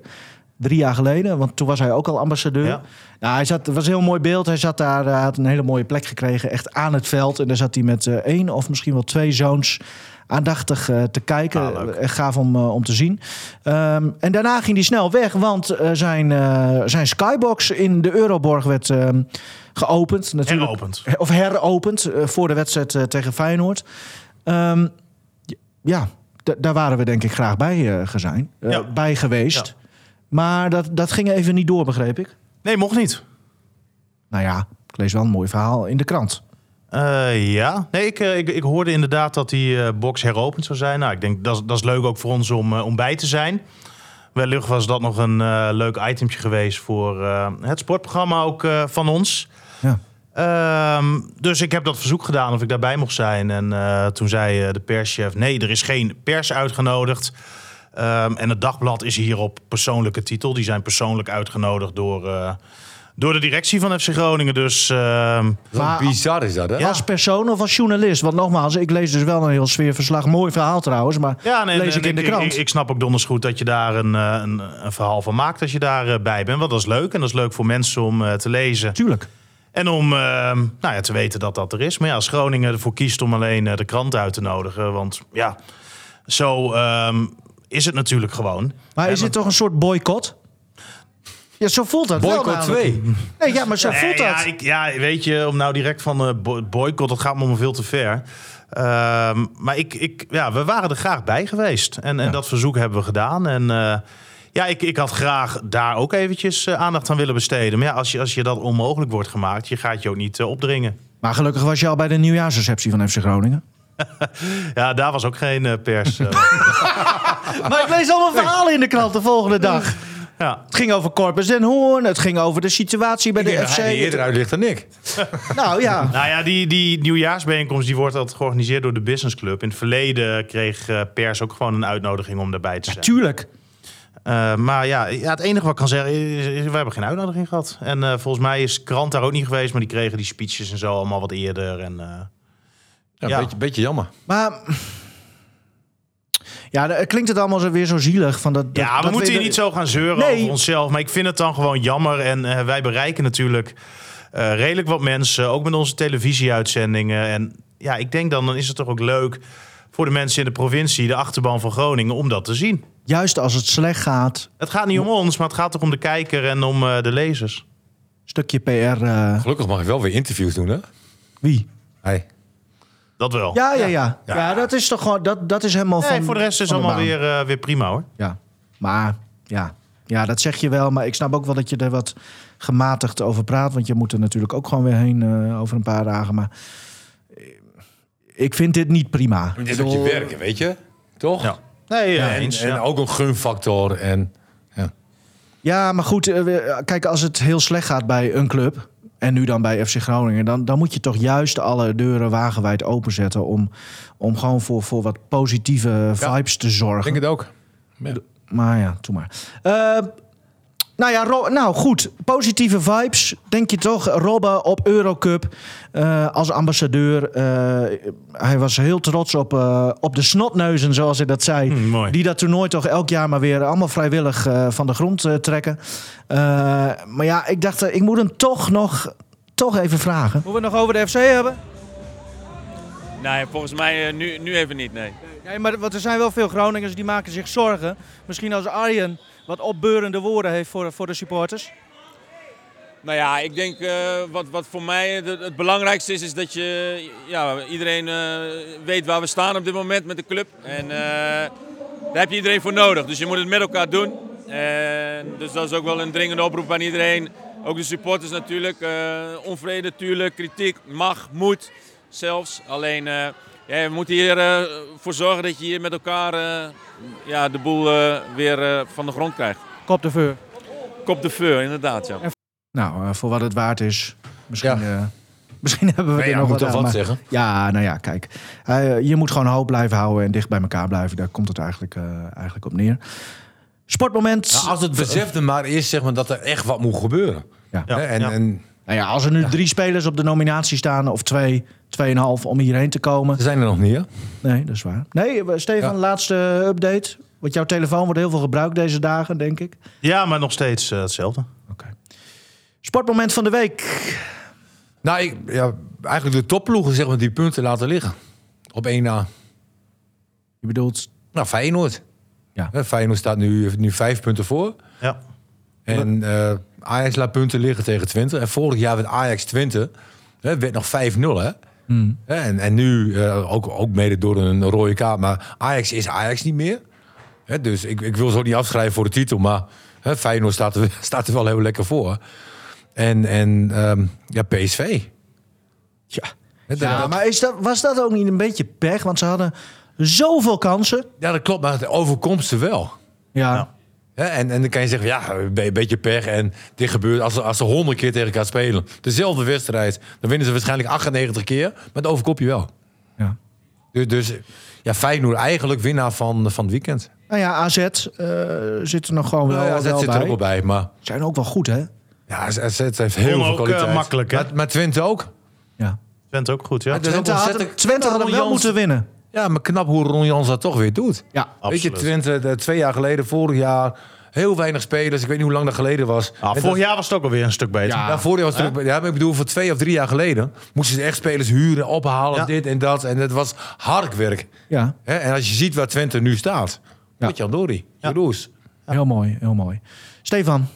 B: Drie jaar geleden, want toen was hij ook al ambassadeur.
D: Ja.
B: Nou, hij zat, het was een heel mooi beeld. Hij zat daar, eh, had een hele mooie plek gekregen, echt aan het veld. En daar zat hij met eh, één of misschien wel twee zoons aandachtig eh, te kijken.
D: Ah, leuk.
B: Echt gaaf om, eh, om te zien. Ehm, en daarna ging hij snel weg, want eh, zijn, eh, zijn skybox in de Euroborg werd ehm, geopend. Natuurlijk,
D: Heropend.
B: Of heropend eh, voor de wedstrijd eh, tegen Feyenoord. Ehm, j- ja, d- daar waren we denk ik graag bij, eh, gezijn, eh,
D: Ja.
B: bij geweest. Maar dat, dat ging even niet door, begreep ik.
D: Nee, mocht niet.
B: Nou ja, ik lees wel een mooi verhaal in de krant.
D: Eh, ja, nee, ik, eh, ik, ik hoorde inderdaad dat die eh, box heropend zou zijn. Nou, ik denk dat, is- dat is leuk ook voor ons om, eh, om bij te zijn. Wellicht was dat nog een eh, leuk itemtje geweest voor eh, het sportprogramma ook eh, van ons.
B: Ja.
D: Ehm, dus ik heb dat verzoek gedaan of ik daarbij mocht zijn. En eh, toen zei eh, de perschef: nee, er is geen pers uitgenodigd. Ehm, en het dagblad is hier op persoonlijke titel. Die zijn persoonlijk uitgenodigd door, eh, door de directie van FC Groningen. Dus ehm,
C: Zo
B: Maar-
C: bizar is dat, hè?
D: Ja.
B: Als persoon of als journalist? Want nogmaals, ik lees dus wel een heel sfeerverslag. Mooi verhaal trouwens, maar
D: Ja, nee,
B: lees
D: nee,
B: ik in de
D: nee,
B: krant.
D: Ik, ik snap ook donders goed dat je daar een, eh, een, een verhaal van maakt als je daar eh, bij bent. Want dat is leuk. En dat is leuk voor mensen om eh, te lezen.
B: Tuurlijk.
D: En om eh, nou ja, te weten dat dat er is. Maar ja, als Groningen ervoor kiest om alleen eh, de krant uit te nodigen. Want ja, zo ehm, is het natuurlijk gewoon.
B: Maar is dit toch een soort boycott? Ja, zo voelt dat wel
C: Boycott
B: namelijk.
C: 2.
B: Nee, ja, maar zo
D: Nee,
B: voelt dat.
D: Ja, ik, ja, weet je, om nou direct van eh, bo- boycott, dat gaat me allemaal veel te ver. Ehm, maar ik, ik, ja, we waren er graag bij geweest. En, en dat verzoek hebben we gedaan. En eh, ja, ik, ik had graag daar ook eventjes eh, aandacht aan willen besteden. Maar ja, als je, als je dat onmogelijk wordt gemaakt, je gaat je ook niet eh, opdringen.
B: Maar gelukkig was je al bij de nieuwjaarsreceptie van FC Groningen.
D: Ja, daar was ook geen eh, pers. eh.
B: maar ik lees allemaal verhalen in de krant de volgende dag.
D: ja.
B: Het ging over Corpus Den Hoorn, het ging over de situatie bij
C: Ik denk
B: de
C: dat
B: FC.
C: hij er eerder uit ligt dan ik.
B: Nou ja,
D: Nou ja, die, die nieuwjaarsbijeenkomst die wordt altijd georganiseerd door de Business Club. In het verleden kreeg eh, pers ook gewoon een uitnodiging om daarbij te zijn.
B: tuurlijk.
D: Eh, maar ja, ja, het enige wat ik kan zeggen is, is- we hebben geen uitnodiging gehad. En eh, volgens mij is Krant daar ook niet geweest, maar die kregen die speeches en zo allemaal wat eerder. En, eh,
C: Ja,
D: Ja.
C: Beetje, beetje jammer.
B: Maar... Ja, dan klinkt het allemaal zo weer zo zielig. Van dat, dat-
D: ja, we
B: dat
D: moeten
B: we-
D: hier niet zo gaan zeuren
B: Nee.
D: over onszelf, maar ik vind het dan gewoon jammer. En eh, wij bereiken natuurlijk eh, redelijk wat mensen, ook met onze televisieuitzendingen. En ja, ik denk dan, dan is het toch ook leuk voor de mensen in de provincie, de achterban van Groningen, om dat te zien.
B: Juist als het slecht gaat,
D: Het gaat niet om ons, maar het gaat toch om de kijker en om eh, de lezers.
B: stukje PR. eh,
C: Gelukkig mag ik wel weer interviews doen, hè?
B: wie?
C: Hey.
D: Dat wel.
B: Ja, ja, ja. Ja,
C: Ja.
B: dat is toch gewoon, dat, dat is helemaal
D: Nee,
B: van
D: voor de rest is
B: van
D: allemaal
B: baan.
D: weer, eh, weer prima hoor.
B: Ja, maar ja. ja, dat zeg je wel. Maar ik snap ook wel dat je er wat gematigd over praat. Want je moet er natuurlijk ook gewoon weer heen eh, over een paar dagen. Maar eh, ik vind dit niet prima.
C: Dit is ook je werken, weet je? Toch?
D: Ja. Nee, eh, ja,
C: En,
D: eens,
C: en
D: ja.
C: ook een gunfactor. En, ja.
B: Ja, maar goed. eh, we- kijk, als het heel slecht gaat bij een club... en nu dan bij FC Groningen... dan, dan moet je toch juist alle deuren wagenwijd openzetten... om, om gewoon voor, voor wat positieve
C: Ja.
B: vibes te zorgen.
C: Ik denk het ook. Ja.
B: Maar ja, doe maar. Eh, nou ja, Ro- nou goed. Positieve vibes, denk je toch? Robben op Eurocup eh, als ambassadeur. Eh, hij was heel trots op, eh, op de snotneuzen, zoals hij dat zei.
D: Hm, mooi.
B: Die dat toernooi toch elk jaar maar weer allemaal vrijwillig eh, van de grond eh, trekken. Eh, maar ja, ik dacht, eh, ik moet hem toch nog toch even vragen. Moeten we nog over de FC hebben?
E: Nee, volgens mij eh, nu, nu even niet, nee.
B: Nee, maar want er zijn wel veel Groningers die maken zich zorgen. Misschien als Arjen wat opbeurende woorden heeft voor, voor de supporters.
E: Nou ja, ik denk eh, wat, wat voor mij het, het belangrijkste is, is dat je, ja, iedereen eh, weet waar we staan op dit moment met de club. En eh, daar heb je iedereen voor nodig. Dus je moet het met elkaar doen. En dus dat is ook wel een dringende oproep aan iedereen. Ook de supporters natuurlijk. Eh, onvrede natuurlijk, kritiek mag, moet zelfs. Alleen eh, ja, we moeten hier eh, voor zorgen dat je hier met elkaar eh, ja, de boel eh, weer eh, van de grond krijgt.
B: Kop de vuur.
E: Kop de veur, inderdaad. Ja.
B: Nou, eh, voor wat het waard is. Misschien,
C: Ja.
B: eh, misschien hebben we
C: Nee,
B: er
C: ja,
B: nog
C: moet
B: wat
C: toch
B: aan,
C: wat
B: maar-
C: zeggen?
B: Ja, nou ja, kijk. Eh, je moet gewoon hoop blijven houden en dicht bij elkaar blijven. Daar komt het eigenlijk, eh, eigenlijk op neer. Sportmoment.
C: Nou, als het besefte maar is zeg maar, dat er echt wat moet gebeuren.
B: Ja.
C: Hè, en,
D: ja.
C: en
B: Nou ja, als er nu drie spelers op de nominatie staan, of twee, tweeënhalf om hierheen te komen.
C: ze zijn er nog niet, hè?
B: Nee, dat is waar. Nee, eh, Stefan,
C: Ja.
B: laatste update. Want jouw telefoon wordt heel veel gebruikt deze dagen, denk ik.
D: Ja, maar nog steeds eh, hetzelfde.
B: Sportmoment van de week.
C: Nou, ik, ja, eigenlijk de topploegen zeg maar, die punten laten liggen. Op één na.
B: Je bedoelt,
C: Nou, Feyenoord.
B: Ja.
C: Hè, Feyenoord staat nu, nu vijf punten voor.
D: Ja.
C: En eh, Ajax laat punten liggen tegen Twente. En vorig jaar werd Ajax Twente hè, werd nog 5-0. Hè? Hè, En, en nu eh, ook, ook mede door een rode kaart. Maar Ajax is Ajax niet meer. Hè, dus ik, ik wil ze ook niet afschrijven voor de titel. Maar hè, Feyenoord staat er, staat er wel heel lekker voor. En, en ehm, ja, PSV.
B: ja.
C: Hè,
B: Ja,
C: dat-
B: maar is dat, was dat ook niet een beetje pech? Want ze hadden zoveel kansen.
C: ja, dat klopt. Maar het overkomt ze wel.
B: Ja.
D: Ja.
C: Hè, en, en dan kan je zeggen, ja, een be- beetje pech. En dit gebeurt als ze, als ze 100 keer tegen elkaar spelen. Dezelfde wedstrijd. Dan winnen ze waarschijnlijk 98 keer. Maar het overkop je wel.
B: Ja.
C: Dus, dus ja, Feyenoord eigenlijk winnaar van, van het weekend.
B: Nou ja, AZ eh, zit er nog gewoon wel,
C: Nou ja,
B: wel
C: zit
B: bij.
C: er ook wel bij. Maar
B: Zijn ook wel goed, hè?
C: ja, Z- Z heeft heel
D: Won
C: veel
D: ook, eh,
C: kwaliteit.
D: makkelijk, hè?
C: Maar, maar Twente ook.
B: Ja.
D: Bent ook goed, ja.
C: Dat is ook
B: Twente had,
C: ontzettend-
B: Twente had hem
C: Ron
B: wel
C: Jans-
B: moeten winnen.
C: Ja, maar knap hoe Ron Jans dat toch weer doet.
B: Ja.
D: Absoluut.
C: Weet je, Twente eh, twee jaar geleden, vorig jaar, heel weinig spelers. Ik weet niet hoe lang dat geleden was.
D: Ah,
C: En
D: vorig
C: dat-
D: jaar was het ook alweer een stuk beter.
C: Ja, vorig jaar Nou, was het ook- ja, maar ik bedoel, voor twee of drie jaar geleden moesten ze echt spelers huren, ophalen,
D: Ja.
C: dit en dat. En dat was harkwerk.
B: Ja,
C: Hè? En als je ziet waar Twente nu staat,
B: Ja.
C: moet je aan Dori.
B: heel mooi, heel mooi. Stefan,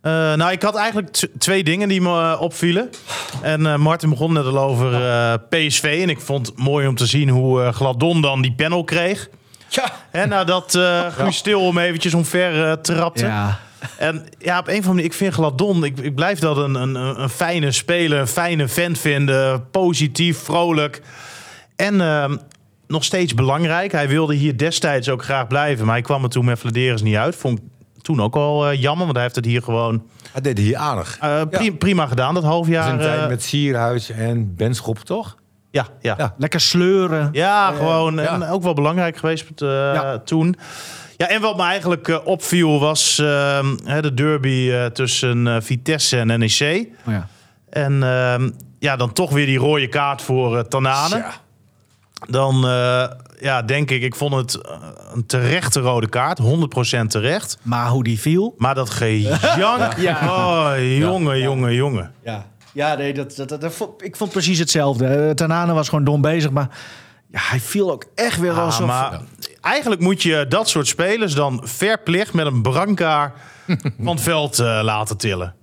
D: Eh, nou, ik had eigenlijk t- twee dingen die me eh, opvielen. En eh, Martin begon net al over eh, PSV. En ik vond het mooi om te zien hoe eh, Gladon dan die panel kreeg.
C: Ja.
D: Hè, nadat eh Guus Stil hem eventjes omver eh, trapte.
B: ja.
D: En ja, op een of andere manier, ik vind Gladon, ik, ik blijf dat een, een, een een fijne speler, een fijne vent vinden. Positief, vrolijk. En ehm, nog steeds belangrijk. Hij wilde hier destijds ook graag blijven, maar hij kwam er toen met Vladeris niet uit. Vond ik toen ook al eh, jammer, want hij heeft het hier gewoon
C: Hij deed hier aardig.
D: eh, pri- prima gedaan, dat half jaar.
C: Zijn tijd
D: eh,
C: met Sierhuis en Benschop, toch?
D: ja, ja. ja.
C: Ja.
B: lekker sleuren.
D: gewoon.
C: ja.
D: En ook wel belangrijk geweest eh,
B: Ja.
D: toen. Ja, en wat me eigenlijk eh, opviel was ehm, hè, de derby eh, tussen eh, Vitesse en NEC.
B: Oh ja.
D: En ehm, ja, dan toch weer die rode kaart voor eh, Tanane.
C: Ja.
D: Dan eh, ja, denk ik, ik vond het eh, een terechte rode kaart. 100% terecht.
B: Maar hoe die viel.
D: Maar dat gejank. Oh, jongen, jongen, jongen.
B: Ja, ja nee, dat, dat, dat, dat vond- ik vond precies hetzelfde. Eh, Tanane was gewoon dom bezig, maar ja, hij viel ook echt weer
D: Ah,
B: alsof...
D: maar eigenlijk moet je dat soort spelers dan verplicht met een brankaar van het veld eh, laten tillen.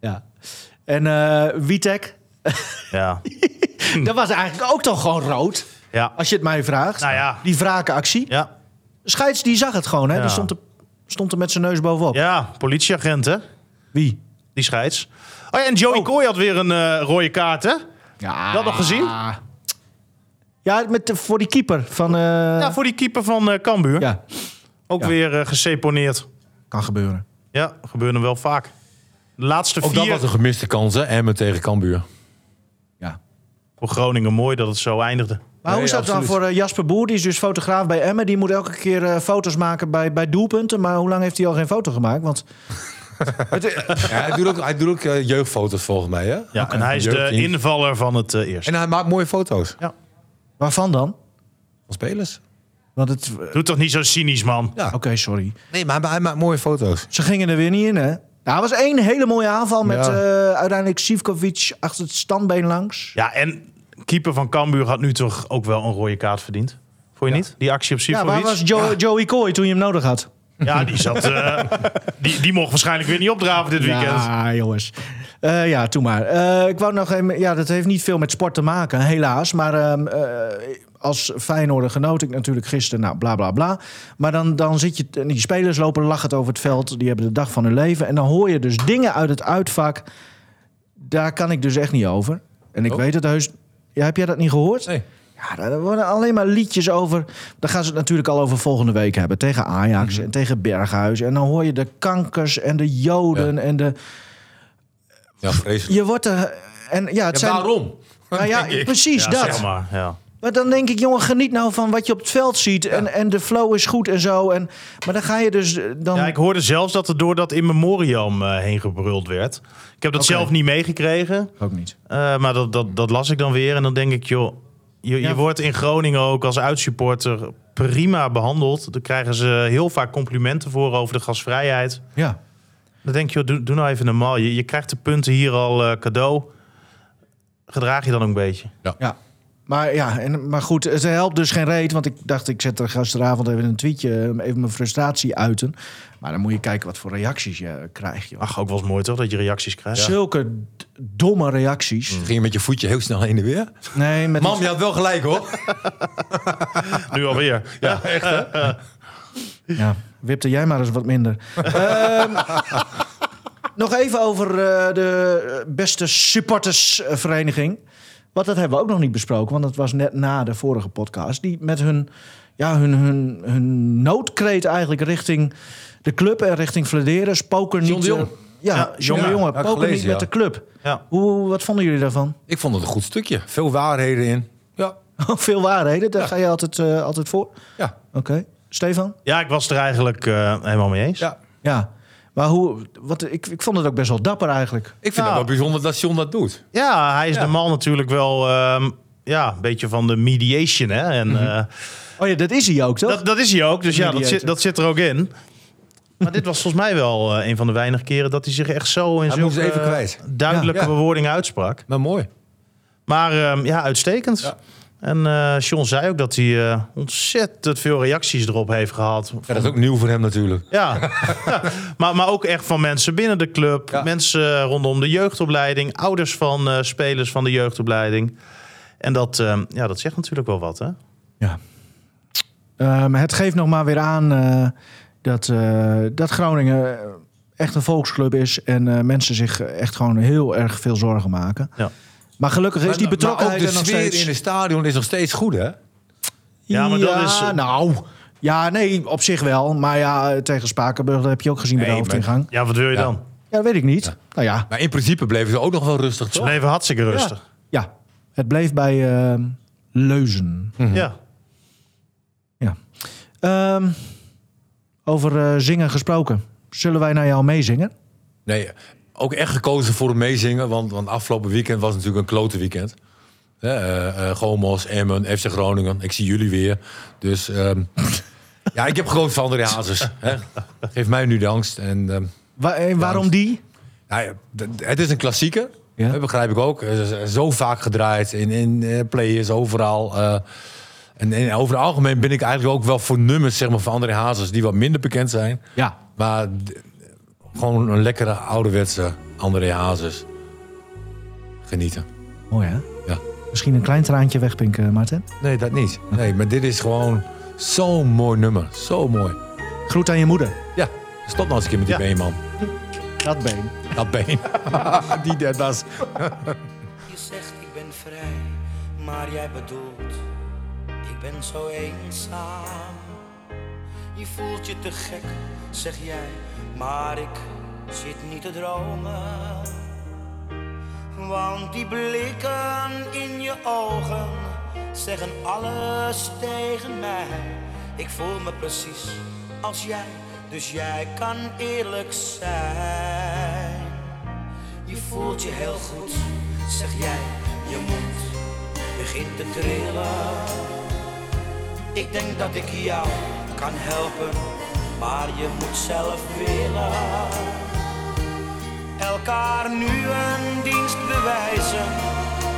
B: Ja. En eh Witek,
D: Ja.
B: dat was eigenlijk ook toch gewoon rood,
D: ja.
B: als je het mij vraagt.
D: Nou ja.
B: Die wraakactie.
D: Ja.
B: Scheids, die zag het gewoon, hè?
D: Ja.
B: Die stond er, stond er met zijn neus bovenop.
D: ja, politieagent hè?
B: Wie?
D: Die scheids. Oh ja, en Joey Kooi had weer een eh, rode kaart hè?
B: Ja.
D: Dat nog gezien?
B: Ja, met, de- voor die keeper van... eh,
D: Ja, voor die keeper van eh Cambuur.
B: ja,
D: Ook
B: Ja.
D: weer eh, geseponeerd.
B: kan gebeuren.
D: Ja, gebeurde wel vaak. De laatste
C: Ook dat
D: vier...
C: was een gemiste kans, hè? Emmen tegen Cambuur.
B: Ja.
D: Voor Groningen mooi dat het zo eindigde.
B: Maar hoe
C: Nee,
B: is dat dan
C: absoluut.
B: voor eh, Jasper Boer? Die is dus fotograaf bij Emmen. Die moet elke keer eh, foto's maken bij, bij doelpunten. Maar hoe lang heeft hij al geen foto gemaakt? Want
C: Ja, hij doet ook, hij doet ook eh, jeugdfoto's volgens mij, hè?
D: Ja, en hij is de
C: Jeugdteam.
D: invaller van het eh, eerste.
C: En hij maakt mooie foto's
B: waarvan dan?
C: van spelers.
B: Want het... eh, Oké,
D: Doe toch niet zo cynisch, man.
B: Ah.
C: Ja.
B: sorry.
C: Nee, maar hij, hij maakt mooie foto's.
B: Ze gingen er weer niet in, hè? Nou, er was één hele mooie aanval met
C: Ja.
B: eh, uiteindelijk Sivkovic achter het standbeen langs.
D: Ja, en keeper van Cambuur had nu toch ook wel een rode kaart verdiend. Vond je niet? Die actie op
B: Ja,
D: Sivkovic?
B: waar was Jo- Joey Kooi toen je hem nodig had?
D: Ja, die zat... eh, die, die mocht waarschijnlijk weer niet opdraven dit weekend.
B: Ja, jongens. Eh, ja, toen maar. Eh, ik wou nog even, ja, dat heeft niet veel met sport te maken, helaas. Maar ehm, eh, als Feyenoorder genoot ik natuurlijk gisteren, nou, bla bla bla. Maar dan, dan zit je, en die spelers lopen lachend over het veld. Die hebben de dag van hun leven. En dan hoor je dus dingen uit het uitvak. Daar kan ik dus echt niet over. En ik
C: Oh.
B: weet het heus. Ja, heb jij dat niet gehoord?
C: Nee.
B: Ja, daar worden alleen maar liedjes over. Dan gaan ze het natuurlijk al over volgende week hebben. Tegen Ajax en tegen Berghuis. En dan hoor je de kankers en de joden en de...
C: Ja, vreselijk.
B: Je wordt er... En ja, het
C: Ja,
B: zijn,
C: waarom?
B: Nou ja,
C: Denk ik.
B: precies
D: Ja,
B: dat.
D: zeg maar. Ja.
B: Maar dan denk ik, jongen, geniet nou van wat je op het veld ziet. En, en de flow is goed en zo. En, maar dan ga je dus... eh, Dan,
D: Ja, ik hoorde zelfs dat er door dat in memoriam eh, heen gebruld werd. Ik heb dat
B: Oké.
D: zelf niet meegekregen,
B: Ook niet.
D: eh, maar dat, dat, dat las ik dan weer. En dan denk ik, joh, je, je wordt in Groningen ook als uitsupporter prima behandeld. Daar krijgen ze heel vaak complimenten voor over de gasvrijheid.
B: Ja.
D: Dan denk je, joh, doe, doe nou even normaal. Je, je krijgt de punten hier al eh, cadeau. Gedraag je dan ook een beetje.
B: Ja. Maar, ja, en, maar goed, het helpt dus geen reet. Want ik dacht, ik zet er gisteravond even een tweetje, eh, even mijn frustratie uiten. Maar dan moet je kijken wat voor reacties je eh, krijgt. joh.
D: Ach, ook wel eens mooi toch, dat je reacties krijgt.
B: Zulke d- domme reacties.
C: Ging je met je voetje heel snel heen en weer?
B: Nee, met
C: Mm. Mam, je had wel gelijk hoor.
D: Nu alweer. Ja.
B: Ja, wipte jij maar eens wat minder. Ehm, nog even over eh, de beste supportersvereniging. Want dat hebben we ook nog niet besproken. Want dat was net na de vorige podcast. Die met hun, ja, hun, hun, hun noodkreet eigenlijk richting de club en richting Vladeres. Poker niet...
C: John de Jong.
B: eh, ja,
D: Ja,
B: John de
C: ja,
B: Jong,
C: heb ik
B: Poker niet
C: gelezen,
B: met
C: ja.
B: de club.
D: Ja.
B: Hoe, wat vonden jullie daarvan?
C: Ik vond het een goed stukje. Veel waarheden in. Ja.
B: Veel waarheden, daar
C: Ja.
B: ga je altijd, eh, altijd voor.
C: Ja.
B: Oké. Stefan?
D: ja, ik was het er eigenlijk eh, helemaal mee eens.
C: ja.
B: Ja. Maar hoe, wat, ik, ik vond het ook best wel dapper eigenlijk.
C: Ik vind
D: Nou.
C: het wel bijzonder dat John dat doet.
D: Ja, hij is
C: Ja.
D: de man natuurlijk wel ehm, ja, een beetje van de mediation. Hè? En, eh,
B: Oh ja, dat is hij ook, toch?
D: dat, dat is hij ook, dus ja, dat
B: Mediator.
D: zit, dat zit er ook in. Maar dit was volgens mij wel eh, een van de weinige keren dat hij zich echt zo in
C: Hij moest
D: zulke,
C: even
D: eh,
C: kwijt.
D: duidelijke
C: Ja.
D: bewoording uitsprak.
C: Maar mooi.
D: Maar ehm, ja, uitstekend.
C: Ja.
D: En eh Sean zei ook dat hij eh, ontzettend veel reacties erop heeft gehad.
C: Ja, dat is ook nieuw voor hem natuurlijk.
D: Ja, maar, maar ook echt van mensen binnen de club.
C: Ja.
D: Mensen rondom de jeugdopleiding. Ouders van eh, spelers van de jeugdopleiding. En dat, eh, ja, dat zegt natuurlijk wel wat, hè?
B: Ja. Ehm, het geeft nog maar weer aan eh, dat, eh, dat Groningen eh, echt een volksclub is. En eh, mensen zich echt gewoon heel erg veel zorgen maken.
D: Ja.
B: Maar gelukkig is die
C: Maar- maar
B: betrokkenheid
C: ook
B: er
C: de
B: nog
C: sfeer
B: steeds.
C: in het stadion is nog steeds goed, hè?
D: Ja, maar dat
B: Ja,
D: is-
B: nou, ja, nee, op zich wel. Maar ja, eh, tegen Spakenburg dat heb je ook gezien bij de
C: Nee,
B: hoofdingang.
D: Ja, wat wil je
C: Ja.
D: dan?
B: Ja, dat weet ik niet. Nou ja,
C: Maar in principe bleven ze ook nog wel rustig,
D: Ze
C: toch?
D: bleven hartstikke rustig.
B: ja, het bleef bij ehm, Leuzen.
C: Mhm.
D: Ja.
B: Ehm, over eh, zingen gesproken. Zullen wij naar jou meezingen?
C: Nee, ook echt gekozen voor het meezingen. Want, want afgelopen weekend was natuurlijk een klote weekend. Hè, eh, eh, Gomos, Emmen, FC Groningen. Ik zie jullie weer. Dus ehm, ja, ik heb gekozen voor André Hazes. Hè. Geef mij nu de angst. En, ehm,
B: Wa- en waarom die?
C: nou ja, d- d- het is een klassieker.
B: Ja.
C: Dat begrijp ik ook. Er is eh, Zo vaak gedraaid in, in eh, players, overal. eh. en, en over het algemeen ben ik eigenlijk ook wel voor nummers zeg maar, van André Hazes... die wat minder bekend zijn.
B: Ja.
C: Maar d- gewoon een lekkere ouderwetse André Hazes. Genieten.
B: Mooi hè?
C: Ja.
B: Misschien een klein traantje wegpinken, Martin.
C: Nee, dat niet. Nee, maar dit is gewoon zo'n mooi nummer. Zo mooi.
B: Groet aan je moeder.
C: Ja, stop nou eens een keer met die
D: Ja.
C: been, man.
B: Dat been.
C: Dat been. die dat was.
F: Je zegt ik ben vrij, maar jij bedoelt ik ben zo eenzaam. Je voelt je te gek, zeg jij, maar ik zit niet te dromen. Want die blikken in je ogen zeggen alles tegen mij. Ik voel me precies als jij, dus jij kan eerlijk zijn. Je voelt je heel goed, zeg jij. Je mond begint te trillen. Ik denk dat ik jou kan helpen, maar je moet zelf willen. Elkaar nu een dienst bewijzen,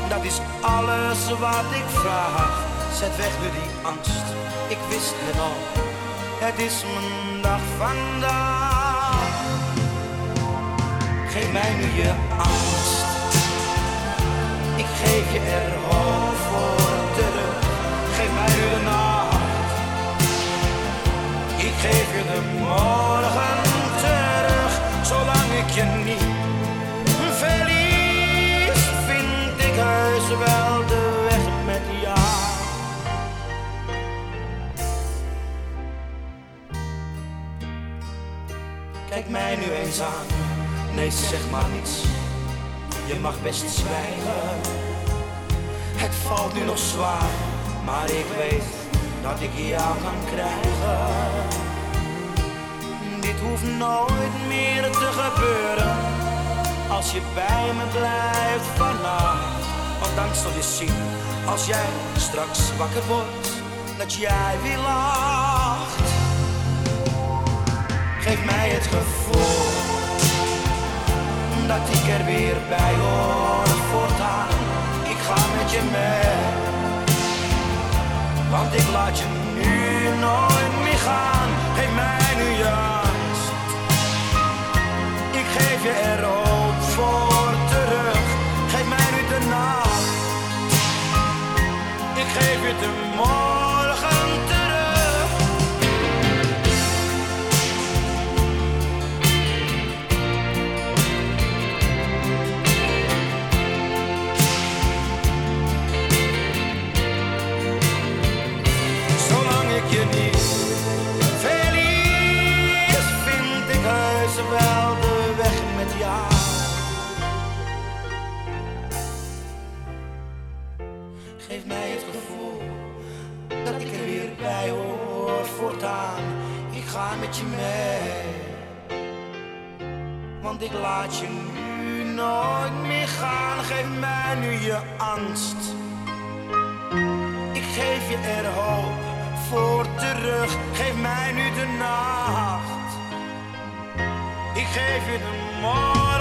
F: dat is alles wat ik vraag. Zet weg nu die angst, ik wist het al. Het is mijn dag vandaag. Geef mij nu je angst. eens aan. Nee, zeg maar niets. Je mag best zwijgen. Het valt nu nog zwaar, maar ik weet dat ik jou kan krijgen. Dit hoeft nooit meer te gebeuren. Als je bij me blijft vannacht, want dan zul je zien als jij straks wakker wordt, dat jij weer lacht. Geef mij het gevoel dat ik er weer bij hoor voortaan. Ik ga met je mee, want ik laat je nu nooit meer gaan. Geef mij nu juist, ik geef je er ook voor terug. Geef mij nu de nacht, ik geef je de morgen terug. Zolang ik je niet verlies, vind ik heus wel de weg met jou. Geef mij het gevoel dat ik er weer bij hoor voortaan. Ik ga met je mee, want ik laat je nu nooit meer gaan. Geef mij nu je angst. Ik geef je er hoop voor terug. Geef mij nu de nacht. Ik geef je de morgen.